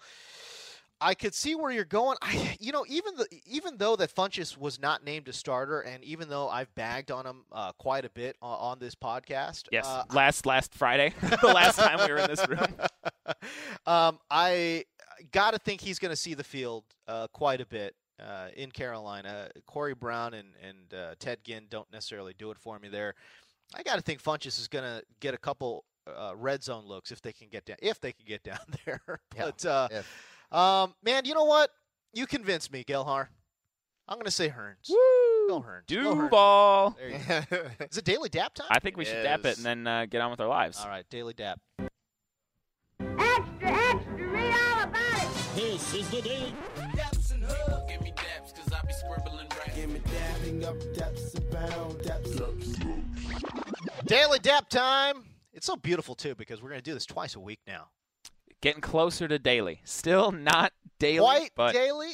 Speaker 1: I could see where you're going. I, you know, even the even though that Funchess was not named a starter, and even though I've bagged on him uh, quite a bit on, on this podcast,
Speaker 2: Yes,
Speaker 1: uh,
Speaker 2: last last Friday, the last time we were in this room.
Speaker 1: um, I got to think he's going to see the field uh, quite a bit uh, in Carolina. Corey Brown and and uh, Ted Ginn don't necessarily do it for me there. I got to think Funchess is going to get a couple uh, red zone looks if they can get down if they can get down there.
Speaker 3: Yeah,
Speaker 1: but uh, um, man, you know what? You convinced me, Gelhar. I'm going to say Hearns. Go Hearns. Go Hearns.
Speaker 2: Duval.
Speaker 1: There you go. Is it daily dap time?
Speaker 2: I think we should dap it and then uh, get on with our lives.
Speaker 1: All right, daily dap.
Speaker 9: Extra, extra, read all about it.
Speaker 1: Daily dap time. It's so beautiful too because we're going to do this twice a week now.
Speaker 2: Getting closer to daily. Still not daily,
Speaker 1: White
Speaker 2: but
Speaker 1: daily.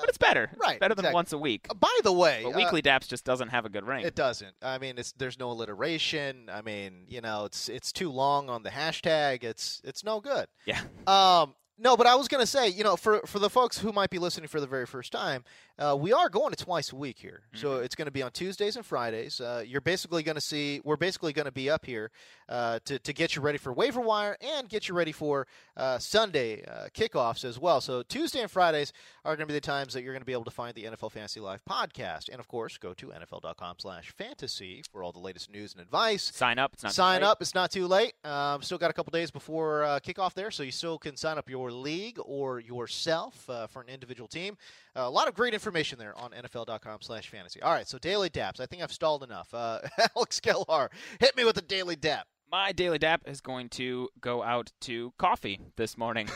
Speaker 2: but it's better. It's
Speaker 1: Right,
Speaker 2: better than
Speaker 1: exactly.
Speaker 2: once a week.
Speaker 1: Uh, by the way,
Speaker 2: But
Speaker 1: uh,
Speaker 2: weekly daps just doesn't have a good ring.
Speaker 1: it doesn't. I mean, it's there's no alliteration. I mean, you know, it's it's too long on the hashtag. It's it's no good.
Speaker 2: yeah.
Speaker 1: Um, No, but I was going to say, you know, for for the folks who might be listening for the very first time, uh, we are going to twice a week here. So
Speaker 2: Mm-hmm.
Speaker 1: it's going to be on Tuesdays and Fridays. Uh, you're basically going to see, we're basically going to be up here uh, to, to get you ready for waiver wire and get you ready for uh, Sunday uh, kickoffs as well. So Tuesday and Fridays are going to be the times that you're going to be able to find the NFL Fantasy Live podcast. And of course, go to NFL.com slash fantasy for all the latest news and advice.
Speaker 2: Sign up. It's not too
Speaker 1: sign
Speaker 2: late.
Speaker 1: up. It's not too late. Um, still got a couple days before uh, kickoff there, so you still can sign up your league or yourself uh, for an individual team. Uh, a lot of great information there on NFL.com/fantasy. All right, so daily daps. I think I've stalled enough. Uh, Alex Gellar, hit me with a daily dap.
Speaker 2: My daily dap is going to go out to coffee this morning.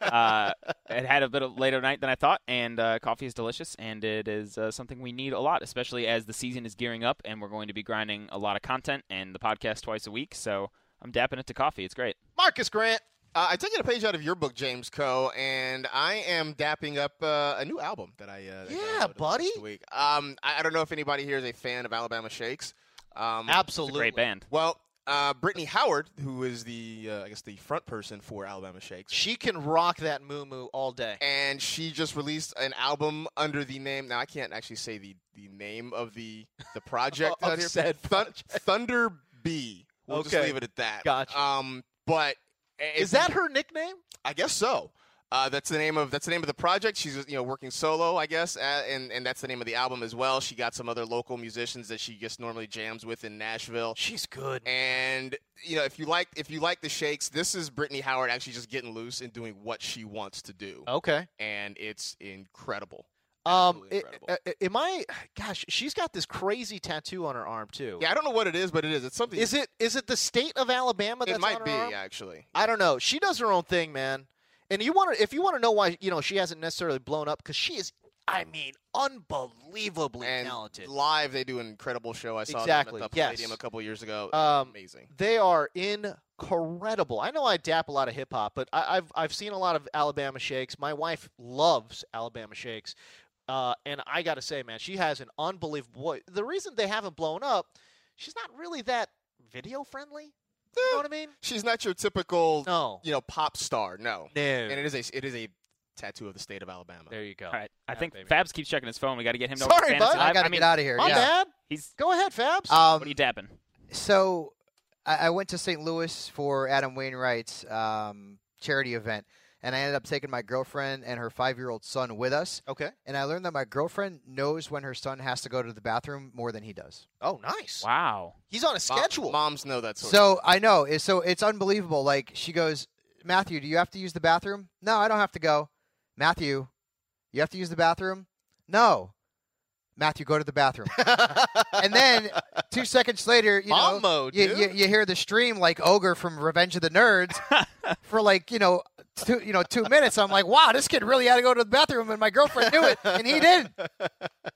Speaker 2: uh, it had a bit of later night than I thought, and uh, coffee is delicious, and it is uh, something we need a lot, especially as the season is gearing up, and we're going to be grinding a lot of content and the podcast twice a week. So I'm dapping it to coffee. It's great.
Speaker 1: Marcus Grant.
Speaker 4: Uh, I've taken a page out of your book, James Co, and I am dapping up uh, a new album that I uh, that I
Speaker 1: Yeah,
Speaker 4: downloaded
Speaker 1: buddy.
Speaker 4: last week. Um, I, I don't know if anybody here is a fan of Alabama Shakes.
Speaker 2: It's
Speaker 4: Um,
Speaker 2: a
Speaker 1: Absolutely.
Speaker 2: great band.
Speaker 4: well, uh, Brittany Howard, who is the uh, I guess the front person for Alabama Shakes,
Speaker 1: She can rock that moo moo all day.
Speaker 4: and she just released an album under the name. Now I can't actually say the, the name of the the project
Speaker 1: Of
Speaker 4: out here.
Speaker 1: said
Speaker 4: Thun- Thunder B. We'll
Speaker 1: Okay.
Speaker 4: just leave it at that.
Speaker 1: Gotcha.
Speaker 4: Um, but
Speaker 1: Is that her nickname?
Speaker 4: I guess so. Uh, that's the name of that's the name of the project. She's you know working solo, I guess, uh, and and that's the name of the album as well. She got some other local musicians that she just normally jams with in Nashville.
Speaker 1: She's good.
Speaker 4: And you know if you like if you like the shakes, this is Brittany Howard actually just getting loose and doing what she wants to do,
Speaker 1: Okay.
Speaker 4: and it's incredible.
Speaker 1: Um,
Speaker 4: Absolutely
Speaker 1: i-
Speaker 4: incredible.
Speaker 1: uh, uh, am I? Gosh, she's got this crazy tattoo on her arm too.
Speaker 4: yeah, I don't know what it is, but it is. It's something.
Speaker 1: Is it is it the state of Alabama? That's
Speaker 4: it might
Speaker 1: on her
Speaker 4: be
Speaker 1: arm?
Speaker 4: actually.
Speaker 1: I don't know. She does her own thing, man. And you want to, if you want to know why, you know, she hasn't necessarily blown up because she is, I mean, unbelievably
Speaker 4: And
Speaker 1: talented.
Speaker 4: live, they do an incredible show. I saw
Speaker 1: Exactly,
Speaker 4: them at the
Speaker 1: yes.
Speaker 4: Palladium a couple years ago.
Speaker 1: Um,
Speaker 4: Amazing.
Speaker 1: They are incredible. I know I dap a lot of hip hop, but I, I've I've seen a lot of Alabama Shakes. My wife loves Alabama Shakes, uh, and I gotta say, man, she has an unbelievable. voice. The reason they haven't blown up, she's not really that video friendly. You know what I mean?
Speaker 4: She's not your typical
Speaker 1: No,
Speaker 4: you know pop star. No,
Speaker 1: no.
Speaker 4: and it is a it is a tattoo of the state of Alabama.
Speaker 1: There you go.
Speaker 2: All right. I
Speaker 1: Yeah,
Speaker 2: think
Speaker 1: baby.
Speaker 2: Fabs keeps checking his phone. We got to get him to
Speaker 1: Sorry,
Speaker 2: fantasy
Speaker 1: bud.
Speaker 2: Live.
Speaker 3: I gotta
Speaker 2: mean,
Speaker 3: get out of here.
Speaker 1: My
Speaker 3: yeah.
Speaker 1: bad.
Speaker 2: He's
Speaker 1: Go ahead, Fabs.
Speaker 3: Um,
Speaker 2: what are you dapping?
Speaker 3: so I, I went to St. Louis for Adam Wainwright's um, charity event, and I ended up taking my girlfriend and her five-year-old son with us.
Speaker 1: okay.
Speaker 3: And I learned that my girlfriend knows when her son has to go to the bathroom more than he does.
Speaker 1: Oh, nice.
Speaker 2: Wow.
Speaker 1: He's on a
Speaker 4: Mom-
Speaker 1: schedule.
Speaker 4: moms know that sort of
Speaker 3: So I know. it- So it's unbelievable. Like she goes, Matthew, do you have to use the bathroom? No, I don't have to go. Matthew, you have to use the bathroom? No. Matthew, go to the bathroom. and then two seconds later, you
Speaker 1: Mom
Speaker 3: know,
Speaker 1: mode,
Speaker 3: you,
Speaker 1: dude.
Speaker 3: you, you hear the stream like ogre from Revenge of the Nerds for like you know two you know two minutes. I'm like, wow, this kid really had to go to the bathroom, and my girlfriend knew it, and he didn't,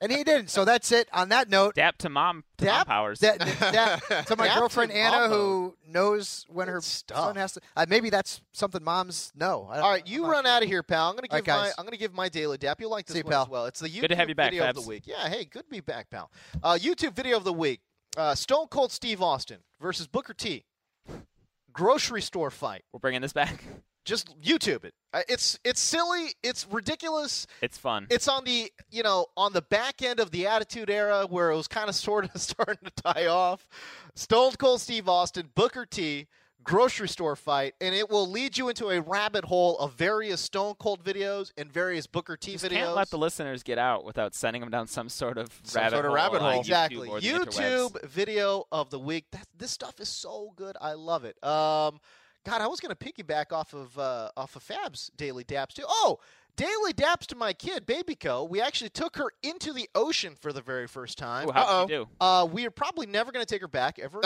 Speaker 3: and he didn't. So that's it. On that note,
Speaker 2: Dap to mom, to mom
Speaker 3: Dap-
Speaker 2: powers.
Speaker 3: that, that, to my
Speaker 1: That's
Speaker 3: girlfriend
Speaker 1: an
Speaker 3: Anna,
Speaker 1: mom
Speaker 3: who knows when her
Speaker 1: Good stuff.
Speaker 3: son has to. Uh, maybe that's something moms know. I,
Speaker 1: All right, you run out of here, pal. I'm gonna
Speaker 3: All right,
Speaker 1: give my
Speaker 3: guys.
Speaker 1: I'm gonna give my daily dap. You'll like this
Speaker 3: See you,
Speaker 1: one
Speaker 3: pal.
Speaker 1: as well. It's the YouTube
Speaker 2: Good to have you back,
Speaker 1: video of
Speaker 2: Fabs.
Speaker 1: the week. Yeah, hey, good to be back, pal. Uh, YouTube video of the week: uh, Stone Cold Steve Austin versus Booker T. Grocery store fight.
Speaker 2: We're bringing this back.
Speaker 1: Just YouTube it. Uh, It's it's silly. It's ridiculous.
Speaker 2: It's fun.
Speaker 1: It's on the you know on the back end of the Attitude Era where it was kind of sort of starting to die off. Stone Cold Steve Austin, Booker T, grocery store fight, and it will lead you into a rabbit hole of various Stone Cold videos and various Booker T
Speaker 2: Just
Speaker 1: videos.
Speaker 2: can't let the listeners get out without sending them down some sort of
Speaker 4: Some
Speaker 2: rabbit
Speaker 4: sort of
Speaker 2: hole
Speaker 4: rabbit
Speaker 2: on
Speaker 4: hole.
Speaker 1: Exactly.
Speaker 2: YouTube, or the
Speaker 1: YouTube,
Speaker 2: interwebs.
Speaker 1: video of the week. That, this stuff is so good. I love it. Um, God, I was gonna piggyback off of uh, off of Fab's daily daps too. Oh, daily daps to my kid, Baby Co. We actually took her into the ocean for the very first time.
Speaker 2: Ooh, how'd you do?
Speaker 1: Uh, we are probably never going to take her back ever.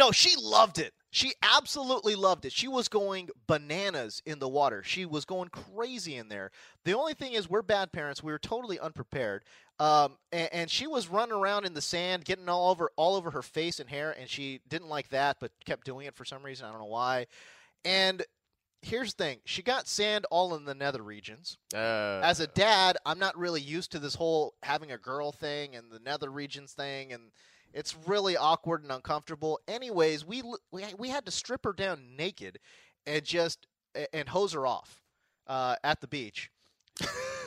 Speaker 1: no, she loved it. She absolutely loved it. She was going bananas in the water. She was going crazy in there. The only thing is, we're bad parents. We were totally unprepared. Um, and, and she was running around in the sand, getting all over all over her face and hair, and she didn't like that, but kept doing it for some reason. I don't know why. And here's the thing: she got sand all in the nether regions
Speaker 4: Uh,
Speaker 1: as a dad, I'm not really used to this whole having a girl thing and the nether regions thing, and it's really awkward and uncomfortable. Anyways, we l- we we had to strip her down naked and just
Speaker 4: a- and hose her off uh, at the beach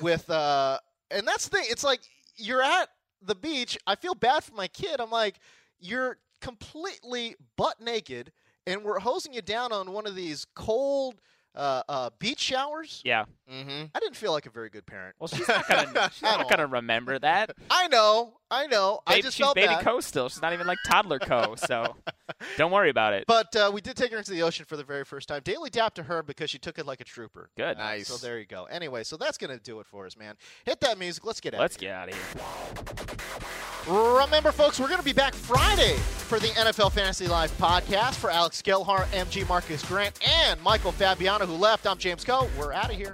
Speaker 4: with uh, and that's the thing. It's like you're at the beach. I feel bad for my kid. I'm like, you're completely butt naked, and we're hosing you down on one of these cold uh, uh, beach showers.
Speaker 2: Yeah.
Speaker 11: Mm-hmm.
Speaker 4: I didn't feel like a very good parent.
Speaker 2: Well, she's not gonna. She's
Speaker 4: At
Speaker 2: not gonna remember that.
Speaker 4: I know, I know. I
Speaker 2: Babe-
Speaker 4: just
Speaker 2: she's
Speaker 4: felt
Speaker 2: baby
Speaker 4: bad.
Speaker 2: co still. She's not even like toddler co. So don't worry about it.
Speaker 4: But uh, we did take her into the ocean for the very first time. Daily dap to her because she took it like a trooper.
Speaker 2: Good.
Speaker 11: Nice.
Speaker 4: So there you go. Anyway, so that's gonna do it for us, man. Hit that music. Let's get out.
Speaker 2: Let's get out of here.
Speaker 4: Remember, folks, we're going to be back Friday for the NFL Fantasy Live podcast. For Alex Gelhar, MG Marcus Grant, and Michael Fabiano, who left, I'm James Coe. We're out of here.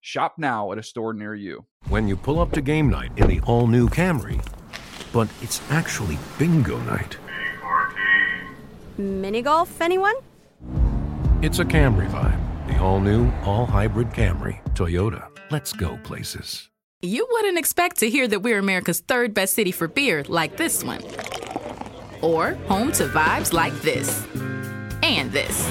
Speaker 8: Shop now at a store near you.
Speaker 6: When you pull up to game night in the all new Camry, but it's actually bingo night.
Speaker 12: Mini golf, anyone?
Speaker 6: It's a Camry vibe, the all new, all hybrid Camry. Toyota. Let's go places.
Speaker 13: You wouldn't expect to hear that we're America's third best city for beer like this one. Or home to vibes like this. And this.